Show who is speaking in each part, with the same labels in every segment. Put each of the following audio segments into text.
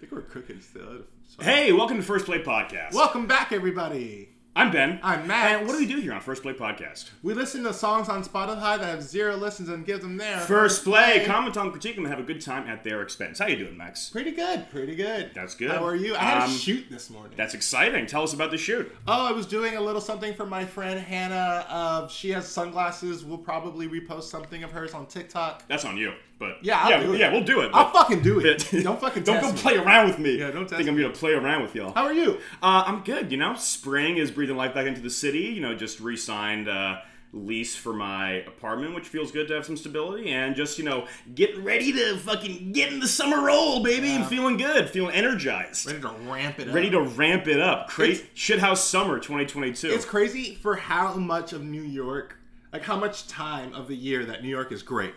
Speaker 1: I think we're cooking still. Sorry.
Speaker 2: Hey, welcome to First Play Podcast.
Speaker 1: Welcome back, everybody.
Speaker 2: I'm Ben.
Speaker 1: I'm Max.
Speaker 2: And what do we do here on First Play Podcast?
Speaker 1: We listen to songs on Spotify that have zero listens and give them their
Speaker 2: First Play, comment on, critique them, and have a good time at their expense. How you doing, Max?
Speaker 1: Pretty good, pretty good.
Speaker 2: That's good.
Speaker 1: How are you? I had
Speaker 2: Um,
Speaker 1: a shoot this morning.
Speaker 2: That's exciting. Tell us about the shoot.
Speaker 1: Oh, I was doing a little something for my friend Hannah. Uh, she has sunglasses. We'll probably repost something of hers on TikTok.
Speaker 2: That's on you, but
Speaker 1: Yeah, I'll
Speaker 2: yeah,
Speaker 1: do it.
Speaker 2: yeah, we'll do it.
Speaker 1: I'll
Speaker 2: but-
Speaker 1: fucking do it.
Speaker 2: but-
Speaker 1: Don't fucking
Speaker 2: don't
Speaker 1: test
Speaker 2: go
Speaker 1: me.
Speaker 2: play around with me.
Speaker 1: Yeah, don't test
Speaker 2: think I'm gonna play around with y'all.
Speaker 1: How are you?
Speaker 2: Uh, I'm good. You know, spring is breathing life back into the city. You know, just re-signed uh, lease for my apartment, which feels good to have some stability and just you know get ready to fucking get in the summer roll, baby. I'm feeling good, feeling energized, ready,
Speaker 1: Ready to ramp it up.
Speaker 2: to ramp it up. Crazy
Speaker 1: It's-
Speaker 2: shithouse summer 2022.
Speaker 1: It's crazy for how much of New York, like how much time of the year that New York is great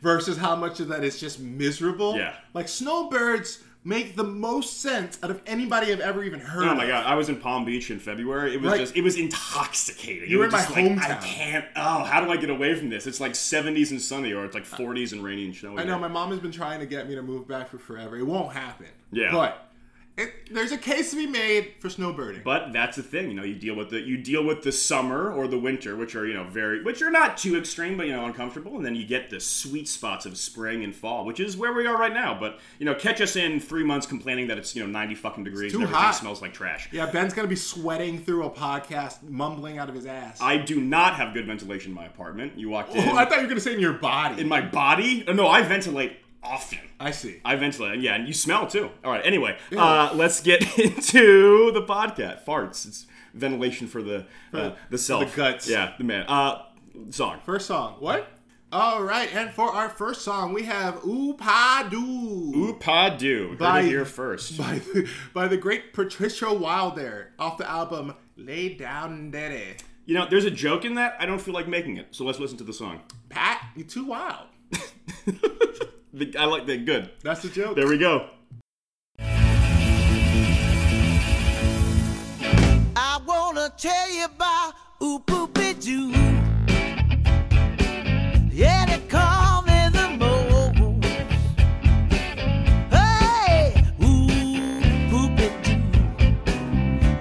Speaker 1: versus how much of that is just miserable.
Speaker 2: Yeah.
Speaker 1: Like snowbirds make the most sense out of anybody I've ever even heard
Speaker 2: Oh
Speaker 1: of.
Speaker 2: my god! I was in Palm Beach in February. It was
Speaker 1: Like-
Speaker 2: just it was intoxicating.
Speaker 1: You
Speaker 2: It
Speaker 1: were
Speaker 2: was
Speaker 1: in
Speaker 2: just
Speaker 1: my
Speaker 2: like, I
Speaker 1: hometown.
Speaker 2: can't. Oh, how do I get away from this? It's like 70s and sunny, or it's like 40s and rainy and snowy.
Speaker 1: I know
Speaker 2: here.
Speaker 1: my mom has been trying to get me to move back for forever. It won't happen.
Speaker 2: Yeah.
Speaker 1: But it, there's a case to be made for snowbirding.
Speaker 2: But that's the thing, you know, you deal with the you deal with the summer or the winter, which are, you know, very which are not too extreme, but you know, uncomfortable, and then you get the sweet spots of spring and fall, which is where we are right now. But, you know, catch us in three months complaining that it's, you know, ninety fucking degrees
Speaker 1: too
Speaker 2: and everything
Speaker 1: hot.
Speaker 2: smells like trash.
Speaker 1: yeah, Ben's gonna be sweating through a podcast, mumbling out of his ass.
Speaker 2: I do not have good ventilation in my apartment. You walked in
Speaker 1: oh, I thought you were gonna say in your body.
Speaker 2: in my body. Oh, no, I ventilate often.
Speaker 1: I see.
Speaker 2: I ventilate, yeah, and you smell too. All right, anyway, uh, let's get into the podcast. Farts. It's ventilation for the uh, the self,
Speaker 1: guts.
Speaker 2: Yeah, the man. Uh, song.
Speaker 1: First song. What? All right, and for our first song, we have Oopadoo
Speaker 2: Oopa do. Heard
Speaker 1: By-
Speaker 2: it here first.
Speaker 1: by the, by the great Patricia Wilder off the album Lay Down Daddy.
Speaker 2: You know, there's a joke in that. I don't feel like making it, so let's listen to the song.
Speaker 1: Pat, you too wild.
Speaker 2: The- I like that. Good.
Speaker 1: That's the joke.
Speaker 2: There we go.
Speaker 3: I wanna tell you about Oopopidoo. Yeah, they call me the most. Hey, Oopopidoo.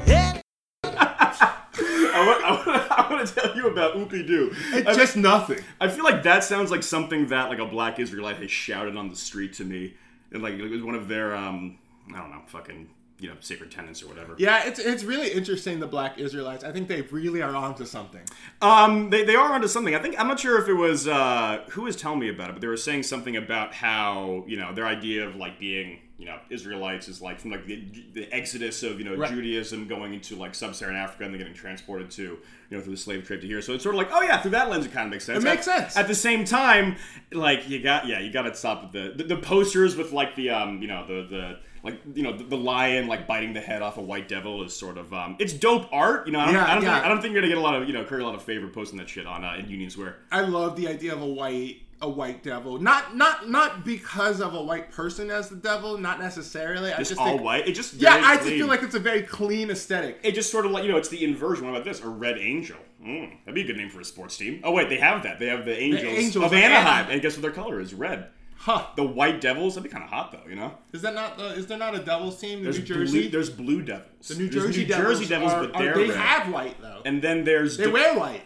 Speaker 3: Yeah.
Speaker 2: I want, I want, I want to tell you about Oopy Doo.
Speaker 1: it's just nothing.
Speaker 2: I feel like that sounds like something that like a black Israelite has shouted on the street to me, and like it was one of their um, I don't know, fucking you know, sacred tenants or whatever.
Speaker 1: Yeah, it's it's really interesting. The Black Israelites. I think they really are onto something.
Speaker 2: Um, they, they are onto something. I think I'm not sure if it was uh, who was telling me about it, but they were saying something about how you know their idea of like being you know Israelites is like from like the, the exodus of you know
Speaker 1: Right.
Speaker 2: Judaism going into like sub-Saharan Africa and then getting transported to you know through the slave trade to here. So it's sort of like oh yeah, through that lens it kind of makes sense.
Speaker 1: It makes
Speaker 2: At-
Speaker 1: sense.
Speaker 2: At the same time, like you got yeah you got to stop with the, the the posters with like the um you know the the. Like you know, the, the lion like biting the head off a white devil is sort of um, it's dope art. You know, I don't,
Speaker 1: Yeah,
Speaker 2: I don't
Speaker 1: yeah.
Speaker 2: Think, I don't I think you're gonna get a lot of you know curry a lot of favor posting that shit on uh, in Union Square.
Speaker 1: I love the idea of a white a white devil. Not not not because of a white person as the devil. Not necessarily. I
Speaker 2: It's
Speaker 1: just
Speaker 2: all
Speaker 1: think,
Speaker 2: white. It just
Speaker 1: Yeah,
Speaker 2: very
Speaker 1: I just
Speaker 2: clean.
Speaker 1: feel like it's a very clean aesthetic.
Speaker 2: it just sort of like you know it's the inversion. What about this? A red angel. Mm, that'd be a good name for a sports team. Oh wait, they have that. They have the Angels,
Speaker 1: Angels
Speaker 2: of
Speaker 1: of
Speaker 2: Anaheim.
Speaker 1: Anaheim.
Speaker 2: and guess what their color is? Red.
Speaker 1: Huh?
Speaker 2: The White Devils. That'd be kind of hot though, you know.
Speaker 1: Is that not? Uh, is there not a Devils team? The
Speaker 2: There's
Speaker 1: New Jersey.
Speaker 2: Blue, there's Blue Devils.
Speaker 1: the New
Speaker 2: There's
Speaker 1: Jersey
Speaker 2: New
Speaker 1: Devils.
Speaker 2: Jersey Devils,
Speaker 1: are-
Speaker 2: but
Speaker 1: are-
Speaker 2: they're
Speaker 1: they
Speaker 2: red.
Speaker 1: have white though.
Speaker 2: and then there's
Speaker 1: they
Speaker 2: the-
Speaker 1: wear white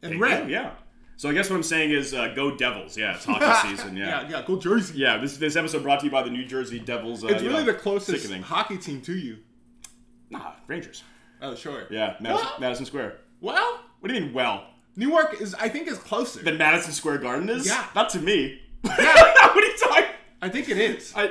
Speaker 1: and
Speaker 2: They
Speaker 1: red.
Speaker 2: do, yeah. So I guess what I'm saying is uh, go Devils. Yeah, it's hockey season.
Speaker 1: yeah, yeah. Go Jersey.
Speaker 2: Yeah, this this episode brought to you by the New Jersey Devils. Uh,
Speaker 1: It's
Speaker 2: you
Speaker 1: really
Speaker 2: know,
Speaker 1: the closest
Speaker 2: sickening.
Speaker 1: hockey team to you.
Speaker 2: Nah, Rangers.
Speaker 1: Oh, sure.
Speaker 2: Yeah, Madison,
Speaker 1: Well-
Speaker 2: Madison Square.
Speaker 1: Well,
Speaker 2: What do you mean, well?
Speaker 1: Newark is I think is closer.
Speaker 2: Than Madison Square Garden is?
Speaker 1: Yeah.
Speaker 2: Not to me.
Speaker 1: Yeah.
Speaker 2: what are you talking?
Speaker 1: I think it is.
Speaker 2: I,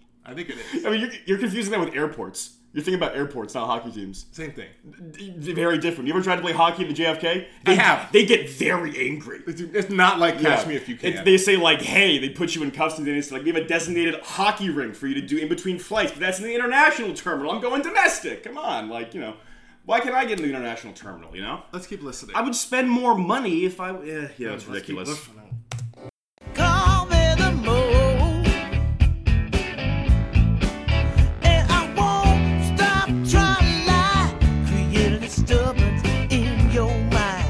Speaker 1: I think it is.
Speaker 2: I mean, you're, you're confusing that with airports. You're thinking about airports, not hockey teams.
Speaker 1: Same thing.
Speaker 2: D- d- Very different. You ever tried to play hockey in the JFK? They,
Speaker 1: have.
Speaker 2: They get very angry.
Speaker 1: It's, it's not like Catch
Speaker 2: Yeah.
Speaker 1: Me If You Can.
Speaker 2: It's- they say like, "Hey," they put you in cuffs, and then it's like, "We have a designated hockey ring for you to do in between flights, but that's in the international terminal. I'm going domestic. Come on, like you know, why can't I get in the international terminal? You know,
Speaker 1: Let's keep listening.
Speaker 2: I would spend more money if I. eh, yeah, that's
Speaker 1: Let's keep
Speaker 2: ridiculous.
Speaker 1: listening.
Speaker 3: Call me the moon. And I won't stop trying to lie. Create a disturbance in your mind.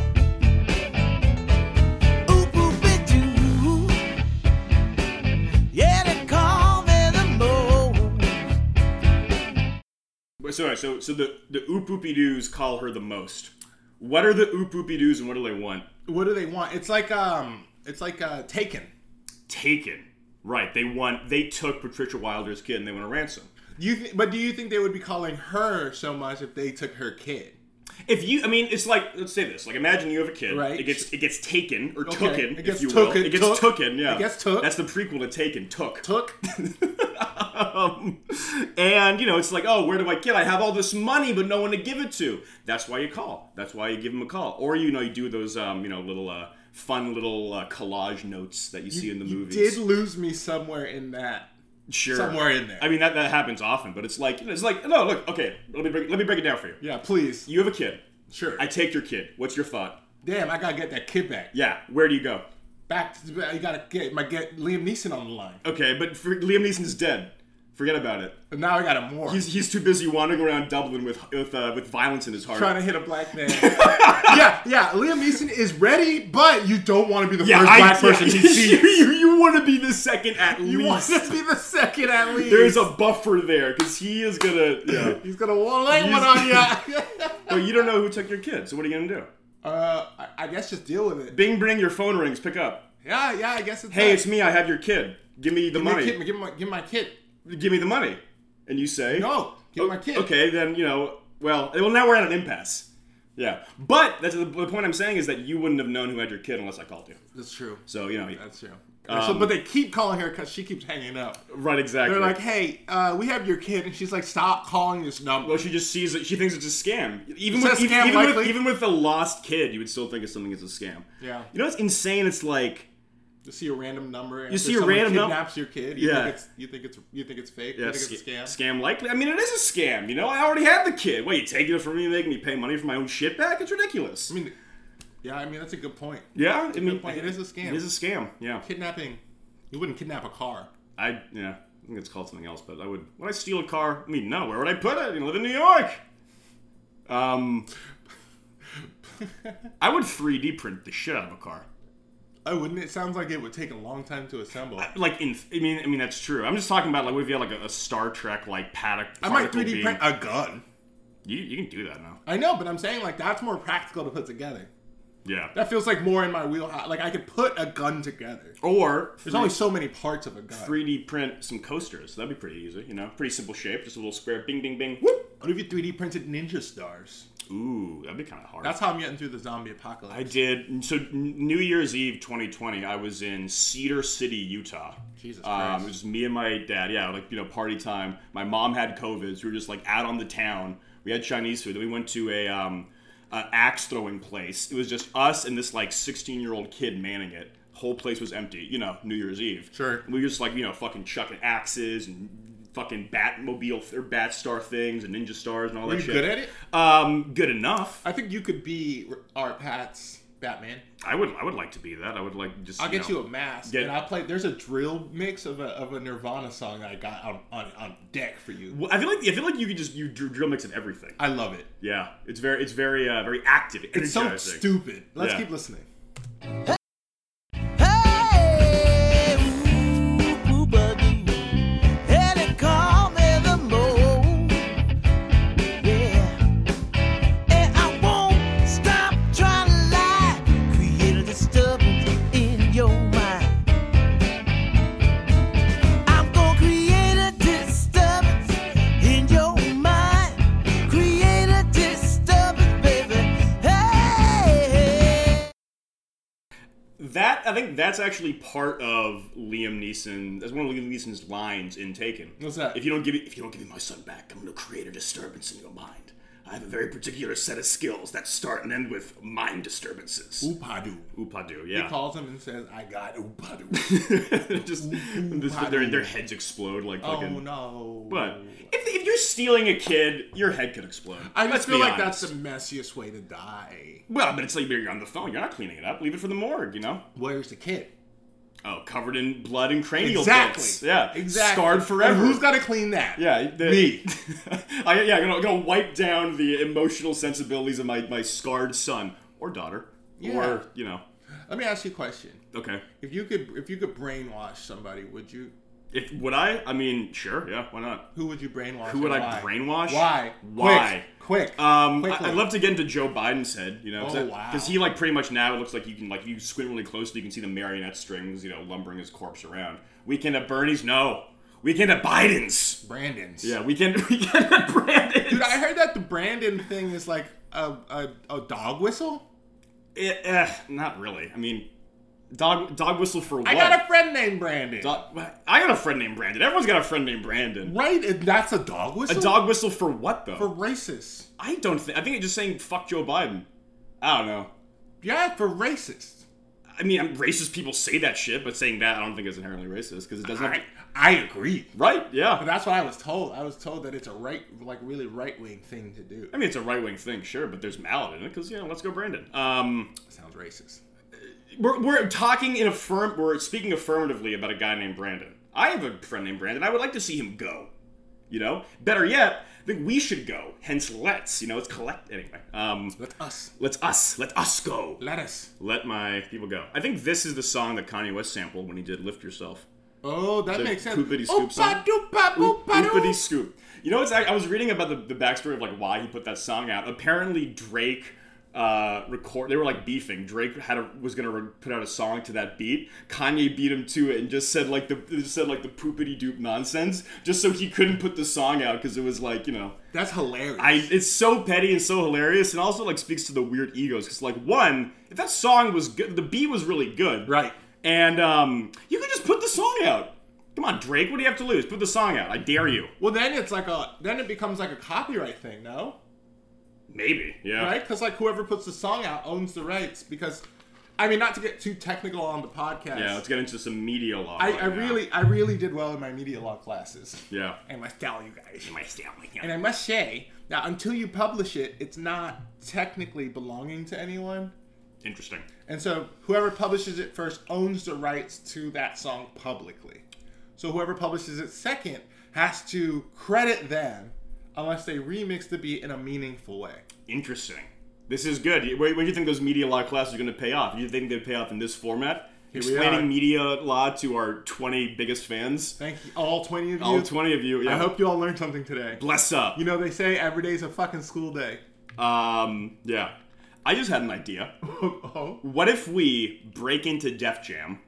Speaker 3: Oop, oop, and doo. Yeah, they call me the moon.
Speaker 2: so so so the the oop oopy doos call her the most. What are the oop oopy doos and what do they want?
Speaker 1: What do they want? It's like um, it's like uh, Taken.
Speaker 2: Taken. Right. They want. They took Patricia Wilder's kid and they want a ransom.
Speaker 1: You th- but do you think they would be calling her so much if they took her kid?
Speaker 2: If you, I mean, it's like let's say this. Like, imagine you have a kid.
Speaker 1: Right.
Speaker 2: It gets it gets taken or
Speaker 1: Okay.
Speaker 2: tooken,
Speaker 1: It gets
Speaker 2: if you
Speaker 1: tooken,
Speaker 2: will. It gets
Speaker 1: took.
Speaker 2: tooken. Yeah.
Speaker 1: It gets took.
Speaker 2: That's the prequel to Taken. Took.
Speaker 1: Took
Speaker 2: um, and you know, it's like, oh, where do I get? I have all this money, but no one to give it to. That's why you call. That's why you give them a call. Or you know, you do those, um, you know, little uh, fun little uh, collage notes that you, see in the
Speaker 1: you
Speaker 2: movies.
Speaker 1: did lose me somewhere in that.
Speaker 2: sure.
Speaker 1: somewhere in there.
Speaker 2: I mean, that that happens often, but it's like, it's like, no, look, okay, let me break, let me break it down for you.
Speaker 1: Yeah, please.
Speaker 2: You have a kid.
Speaker 1: Sure.
Speaker 2: I take your kid. What's your thought?
Speaker 1: Damn, I gotta get that kid back.
Speaker 2: Yeah, where do you go?
Speaker 1: Back to you gotta get my get Liam Neeson on the line.
Speaker 2: Okay, but for, Liam Neeson's dead. Forget about it.
Speaker 1: But now I got him more.
Speaker 2: He's, he's too busy wandering around Dublin with with uh, with violence in his heart.
Speaker 1: trying to hit a black man. yeah, yeah. Liam Neeson is ready, but you don't want to be the first black person he
Speaker 2: you,
Speaker 1: sees.
Speaker 2: you, want to be the second at
Speaker 1: You want
Speaker 2: least.
Speaker 1: to be the second at least.
Speaker 2: There's a buffer there because he is gonna. Yeah.
Speaker 1: He's gonna lay one
Speaker 2: He's-
Speaker 1: on you.
Speaker 2: but you don't know who took your kid, so what are you gonna do?
Speaker 1: uh, I, I guess just deal with it.
Speaker 2: Bing, bring your phone rings. Pick up.
Speaker 1: Yeah, yeah. I guess it's
Speaker 2: Hey,
Speaker 1: that.
Speaker 2: it's me. I have your kid. Give me the
Speaker 1: give
Speaker 2: money.
Speaker 1: Me kid, give my give my kid.
Speaker 2: Give me the money. And you say
Speaker 1: No, give my kid.
Speaker 2: Okay, then you know. Well, well, now we're at an impasse. Yeah, but that's the, the point I'm saying is that you wouldn't have known who had your kid unless I called you.
Speaker 1: that's true.
Speaker 2: So you know,
Speaker 1: That's true.
Speaker 2: Um,
Speaker 1: so, but they keep calling her because she keeps hanging up.
Speaker 2: right? Exactly.
Speaker 1: They're like, "Hey, uh, we have your kid," and she's like, "Stop calling this number."
Speaker 2: Well, she just sees it. She thinks it's a scam. Even
Speaker 1: It's
Speaker 2: with,
Speaker 1: a
Speaker 2: even-
Speaker 1: scam,
Speaker 2: even, with
Speaker 1: likely.
Speaker 2: even with the lost kid, you would still think of something as a scam.
Speaker 1: Yeah.
Speaker 2: You know what's insane? It's like
Speaker 1: You see a random number. And
Speaker 2: You
Speaker 1: if
Speaker 2: see a
Speaker 1: someone
Speaker 2: random num-
Speaker 1: kidnaps your kid. You
Speaker 2: Yeah.
Speaker 1: Think it's, you think it's you think it's fake.
Speaker 2: yeah,
Speaker 1: you think it's a
Speaker 2: sca-
Speaker 1: scam.
Speaker 2: scam likely. I mean, it is a scam. You know, I already had the kid. What you taking it from me, making me pay money for my own shit back? It's ridiculous.
Speaker 1: I mean, yeah, I mean that's a good point.
Speaker 2: yeah, I mean,
Speaker 1: point. It is a scam.
Speaker 2: Mm, It is a scam. Yeah,
Speaker 1: Kidnapping. You wouldn't kidnap a car.
Speaker 2: I yeah, I think it's called something else. But I would would I steal a car? I mean, no. Where would I put it? You know, live in New York. Um, I would 3D print the shit out of a car.
Speaker 1: Oh, wouldn't it? Sounds like it would take a long time to assemble. I,
Speaker 2: like in I mean I mean that's true. I'm just talking about like what if you had like a, a Star Trek like paddock.
Speaker 1: might
Speaker 2: particle
Speaker 1: 3D
Speaker 2: beam.
Speaker 1: print a gun.
Speaker 2: You, you can do that now.
Speaker 1: I know, but I'm saying like that's more practical to put together.
Speaker 2: Yeah.
Speaker 1: That feels like more in my wheelhouse. Like I could put a gun together.
Speaker 2: or
Speaker 1: There's only so many parts of a gun.
Speaker 2: 3D print some coasters. That'd be pretty easy. You know, pretty simple shape, just a little square. Bing, bing, bing. Whoop.
Speaker 1: What if you 3D printed ninja stars?
Speaker 2: Ooh, that'd be kind of hard.
Speaker 1: That's how I'm getting through the zombie apocalypse.
Speaker 2: I did. So n- New Year's Eve, 2020, I was in Cedar City, Utah.
Speaker 1: Jesus
Speaker 2: Um,
Speaker 1: Christ.
Speaker 2: it was me and my dad. Yeah, like you know, party time. My mom had COVID, so we were just like out on the town. We had Chinese food. Then we went to a um, a axe throwing place. It was just us and this like 16 year old kid manning it. Whole place was empty. You know, New Year's Eve.
Speaker 1: Sure.
Speaker 2: We were just like you know fucking chucking axes and fucking Batmobile or Bat Star things and Ninja Stars and all
Speaker 1: Are
Speaker 2: that
Speaker 1: you
Speaker 2: shit.
Speaker 1: good at it?
Speaker 2: Um, good enough.
Speaker 1: I think you could be our Pat's Batman.
Speaker 2: I would I would like to be that. I would like just.
Speaker 1: I'll get
Speaker 2: know-
Speaker 1: you a mask,
Speaker 2: get-
Speaker 1: and I'll play. There's a drill mix of a, of a Nirvana song that I got on, on, on deck for you.
Speaker 2: Well, I feel like I feel like you could just you dr- drill mix in everything.
Speaker 1: I love it.
Speaker 2: Yeah, it's very it's very uh, very active.
Speaker 1: It's so
Speaker 2: energizing.
Speaker 1: stupid. Let's
Speaker 2: Yeah.
Speaker 1: keep listening.
Speaker 3: Hey, ooh, ooh, buggy. Hey, they call me the mole. Yeah. And I won't stop trying to lie. Create a disturbance in your mind. I'm gonna create a disturbance in your mind. Create a disturbance, baby. Hey.
Speaker 2: That I think that's actually part of Liam Neeson. That's one of Liam Neeson's lines in Taken.
Speaker 1: What's that?
Speaker 2: If you don't give me, if you don't give me my son back, I'm going to create a disturbance in your mind. I have a very particular set of skills that start and end with mind disturbances.
Speaker 1: Upadu.
Speaker 2: Upadu,
Speaker 1: He
Speaker 2: yeah.
Speaker 1: calls him and says, "I got Upadu."
Speaker 2: Just this, their, their heads explode like
Speaker 1: oh
Speaker 2: fucking.
Speaker 1: no!
Speaker 2: But if, if you're stealing a kid, your head could explode.
Speaker 1: I
Speaker 2: Let's
Speaker 1: just feel
Speaker 2: be
Speaker 1: like
Speaker 2: honest.
Speaker 1: that's the messiest way to die.
Speaker 2: Well, but it's like you're on the phone. You're not cleaning it up. Leave it for the morgue, you know?
Speaker 1: Where's the kid?
Speaker 2: Oh, covered in blood and cranial
Speaker 1: Exactly.
Speaker 2: bits. Yeah.
Speaker 1: Exactly.
Speaker 2: Scarred forever.
Speaker 1: And who's got to clean that?
Speaker 2: yeah, the-
Speaker 1: Me.
Speaker 2: I, yeah, I'm gonna, gonna wipe down the emotional sensibilities of my, my scarred son or daughter.
Speaker 1: Yeah.
Speaker 2: Or, you know.
Speaker 1: Let me ask you a question.
Speaker 2: Okay.
Speaker 1: If you could, if you could brainwash somebody, would you?
Speaker 2: If would I? I mean, sure, yeah, why not?
Speaker 1: Who would you brainwash?
Speaker 2: Who would
Speaker 1: and why?
Speaker 2: I brainwash?
Speaker 1: Why?
Speaker 2: Why?
Speaker 1: Quick. Quick.
Speaker 2: Um,
Speaker 1: Quickly.
Speaker 2: I, would love to get into Joe Biden's head, you know,
Speaker 1: Oh,
Speaker 2: because
Speaker 1: wow.
Speaker 2: he like pretty much now it looks like you can like you squint really closely, you can see the marionette strings, you know, lumbering his corpse around. Weekend at Bernie's, no. Weekend at Biden's.
Speaker 1: Brandon's.
Speaker 2: Yeah, weekend weekend at Brandon's.
Speaker 1: Dude, I heard that the Brandon thing is like a, a, a dog whistle.
Speaker 2: Eh, eh, not really. I mean, dog dog whistle for what?
Speaker 1: I got a friend named Brandon.
Speaker 2: Dog- I got a friend named Brandon. Everyone's got a friend named Brandon.
Speaker 1: right? And that's a dog
Speaker 2: A
Speaker 1: whistle?
Speaker 2: dog whistle for what though?
Speaker 1: For racists.
Speaker 2: I don't think. I think it's just saying fuck Joe Biden. I don't know.
Speaker 1: Yeah, for racists.
Speaker 2: I mean, I'm- racist people say that shit, but saying that I don't think is inherently racist because it doesn't. have
Speaker 1: I,
Speaker 2: to-
Speaker 1: I agree.
Speaker 2: right? Yeah.
Speaker 1: But that's what I was told. I was told that it's a right, like really right wing thing to do.
Speaker 2: I mean, it's a right wing thing, sure, but there's mallet in it because you know, let's go Brandon. Um,
Speaker 1: Sounds racist.
Speaker 2: we're, we're talking in affirm. We're speaking affirmatively about a guy named Brandon. I have a friend named Brandon. I would like to see him go. You know, better yet, I think we should go. Hence, let's. You know, it's collect anyway. Um,
Speaker 1: Let us.
Speaker 2: let's us. Let us go.
Speaker 1: Let us.
Speaker 2: Let my people go. I think this is the song that Kanye West sampled when he did "Lift Yourself."
Speaker 1: Oh, that
Speaker 2: The
Speaker 1: makes sense.
Speaker 2: poopity scoop song.
Speaker 1: Oopa-doopa-boop-a-doo.
Speaker 2: Oopity scoop. You know, it's I I was reading about the, the backstory of like why he put that song out. Apparently, Drake uh, record they were like beefing. Drake had a, was gonna re- put out a song to that beat. Kanye beat him to it and just said like the just said like the poopity doop nonsense, just so he couldn't put the song out because it was like you know.
Speaker 1: That's hilarious.
Speaker 2: I, it's so petty and so hilarious, and also like speaks to the weird egos. Because like one, if that song was good, the beat was really good,
Speaker 1: Right.
Speaker 2: And um, you could just put the song out. Come on, Drake, what do you have to lose? Put the song out. I dare you.
Speaker 1: Well, then it's like a then it becomes like a copyright thing, no?
Speaker 2: Maybe, yeah.
Speaker 1: Right? Because like whoever puts the song out owns the rights. Because, I mean, not to get too technical on the podcast.
Speaker 2: Yeah, let's get into some media law.
Speaker 1: I,
Speaker 2: right
Speaker 1: I
Speaker 2: now.
Speaker 1: really I really did well in my media law classes.
Speaker 2: yeah.
Speaker 1: I must tell you guys.
Speaker 2: My family,
Speaker 1: And I must say that until you publish it, it's not technically belonging to anyone.
Speaker 2: Interesting.
Speaker 1: And so whoever publishes it first owns the rights to that song publicly. So whoever publishes it second has to credit them unless they remix the beat in a meaningful way.
Speaker 2: Interesting. This is good. Where, where do you think those media law classes are going to pay off? Do you think they'd pay off in this format?
Speaker 1: we are.
Speaker 2: Explaining media law to our 20 biggest fans.
Speaker 1: Thank you, all 20 of you.
Speaker 2: All 20 of you. Yeah.
Speaker 1: I hope you all learned something today.
Speaker 2: Bless up.
Speaker 1: You know, they say every day's a fucking school day.
Speaker 2: Um, yeah. I just had an idea.
Speaker 1: oh,
Speaker 2: What if we break into Def Jam,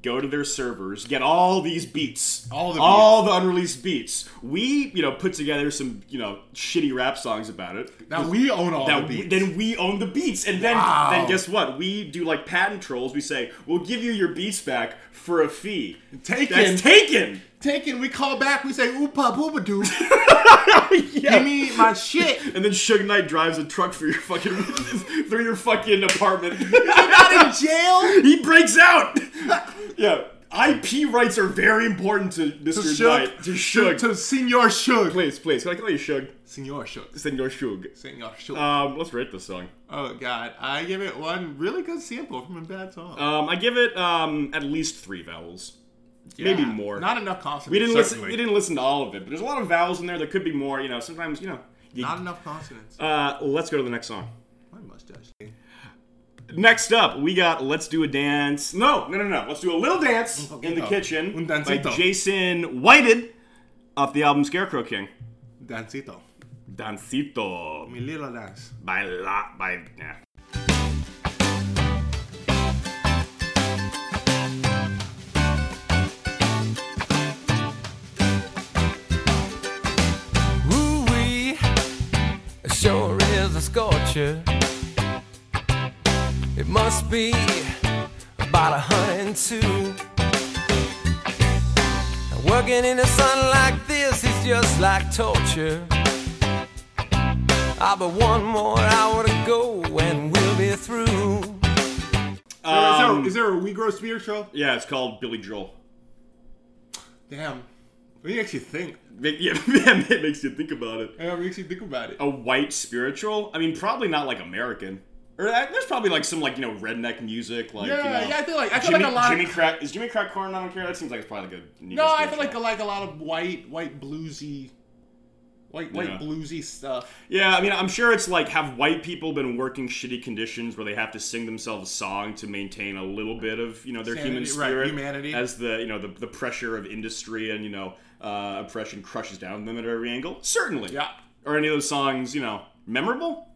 Speaker 2: go to their servers, get all these beats,
Speaker 1: All the
Speaker 2: all the unreleased beats? We, you know, put together some, you know, shitty rap songs about it.
Speaker 1: now we own all
Speaker 2: Now
Speaker 1: the
Speaker 2: we-
Speaker 1: beats.
Speaker 2: then we own the beats, and then
Speaker 1: Wow.
Speaker 2: then guess what? We do like patent trolls. We say we'll give you your beats back for a fee.
Speaker 1: Taken.
Speaker 2: That's taken.
Speaker 1: Taken, we call back, we say, oopa booba doo.
Speaker 2: yeah.
Speaker 1: Give me my shit.
Speaker 2: and then Suge Knight drives a truck through your fucking through your fucking apartment.
Speaker 1: I'm not in jail.
Speaker 2: he breaks out. yeah, IP rights are very important to Mr. Knight. To Suge.
Speaker 1: To Senor Shug.
Speaker 2: please, please, can I call you Suge?
Speaker 1: Senor Shug.
Speaker 2: Senor Suge.
Speaker 1: Senor Shug.
Speaker 2: Um, let's rate this song.
Speaker 1: oh, God. I give it one really good sample from a bad song.
Speaker 2: Um, I give it um at least three vowels, maybe
Speaker 1: Yeah.
Speaker 2: more.
Speaker 1: Not enough consonants.
Speaker 2: We didn't listen.
Speaker 1: certainly.
Speaker 2: We didn't listen to all of it, but there's a lot of vowels in there. There could be more. You know, sometimes you know. you-
Speaker 1: Not enough consonants.
Speaker 2: uh, let's go to the next song.
Speaker 1: my mustache.
Speaker 2: Next up, we got "Let's Do a Dance." No, no, no, no. Let's do a little dance
Speaker 1: Un
Speaker 2: in the
Speaker 1: poquito.
Speaker 2: kitchen
Speaker 1: Un
Speaker 2: by
Speaker 1: dancito.
Speaker 2: Jason Whited off the album Scarecrow King.
Speaker 1: Dancito.
Speaker 2: Dancito
Speaker 1: Mi little dance.
Speaker 2: by La by. Nah.
Speaker 4: Ooh-wee, sure is a scorcher. It must be about a hundred and two. Working in the sun like this is just like torture. Ah, but one more hour to go and we'll be through.
Speaker 2: Um,
Speaker 1: is, there, is there a We Grow Spiritual?
Speaker 2: Yeah, it's called Billy Joel.
Speaker 1: Damn. It makes you think.
Speaker 2: Make- Yeah, it makes you think about it.
Speaker 1: It makes you think about it.
Speaker 2: a white spiritual. I mean, probably not like American. Or uh, there's probably like some like you know redneck music like
Speaker 1: Yeah,
Speaker 2: you know,
Speaker 1: yeah, I feel like- I feel
Speaker 2: Jimmy,
Speaker 1: like a lot of-
Speaker 2: Jimmy crack is Jimmy crack corn. I don't care. That seems like it's probably like a
Speaker 1: No, I feel like a, like a lot of white, white bluesy, like like
Speaker 2: Yeah.
Speaker 1: bluesy stuff.
Speaker 2: Yeah, I mean, I'm sure it's like have white people been working shitty conditions where they have to sing themselves a song to maintain a little bit of you know their human
Speaker 1: Sanity, right,
Speaker 2: spirit,
Speaker 1: humanity.
Speaker 2: as the you know the, the pressure of industry and you know uh, oppression crushes down on them at every angle. Certainly,
Speaker 1: Yeah.
Speaker 2: Are any of those songs you know memorable?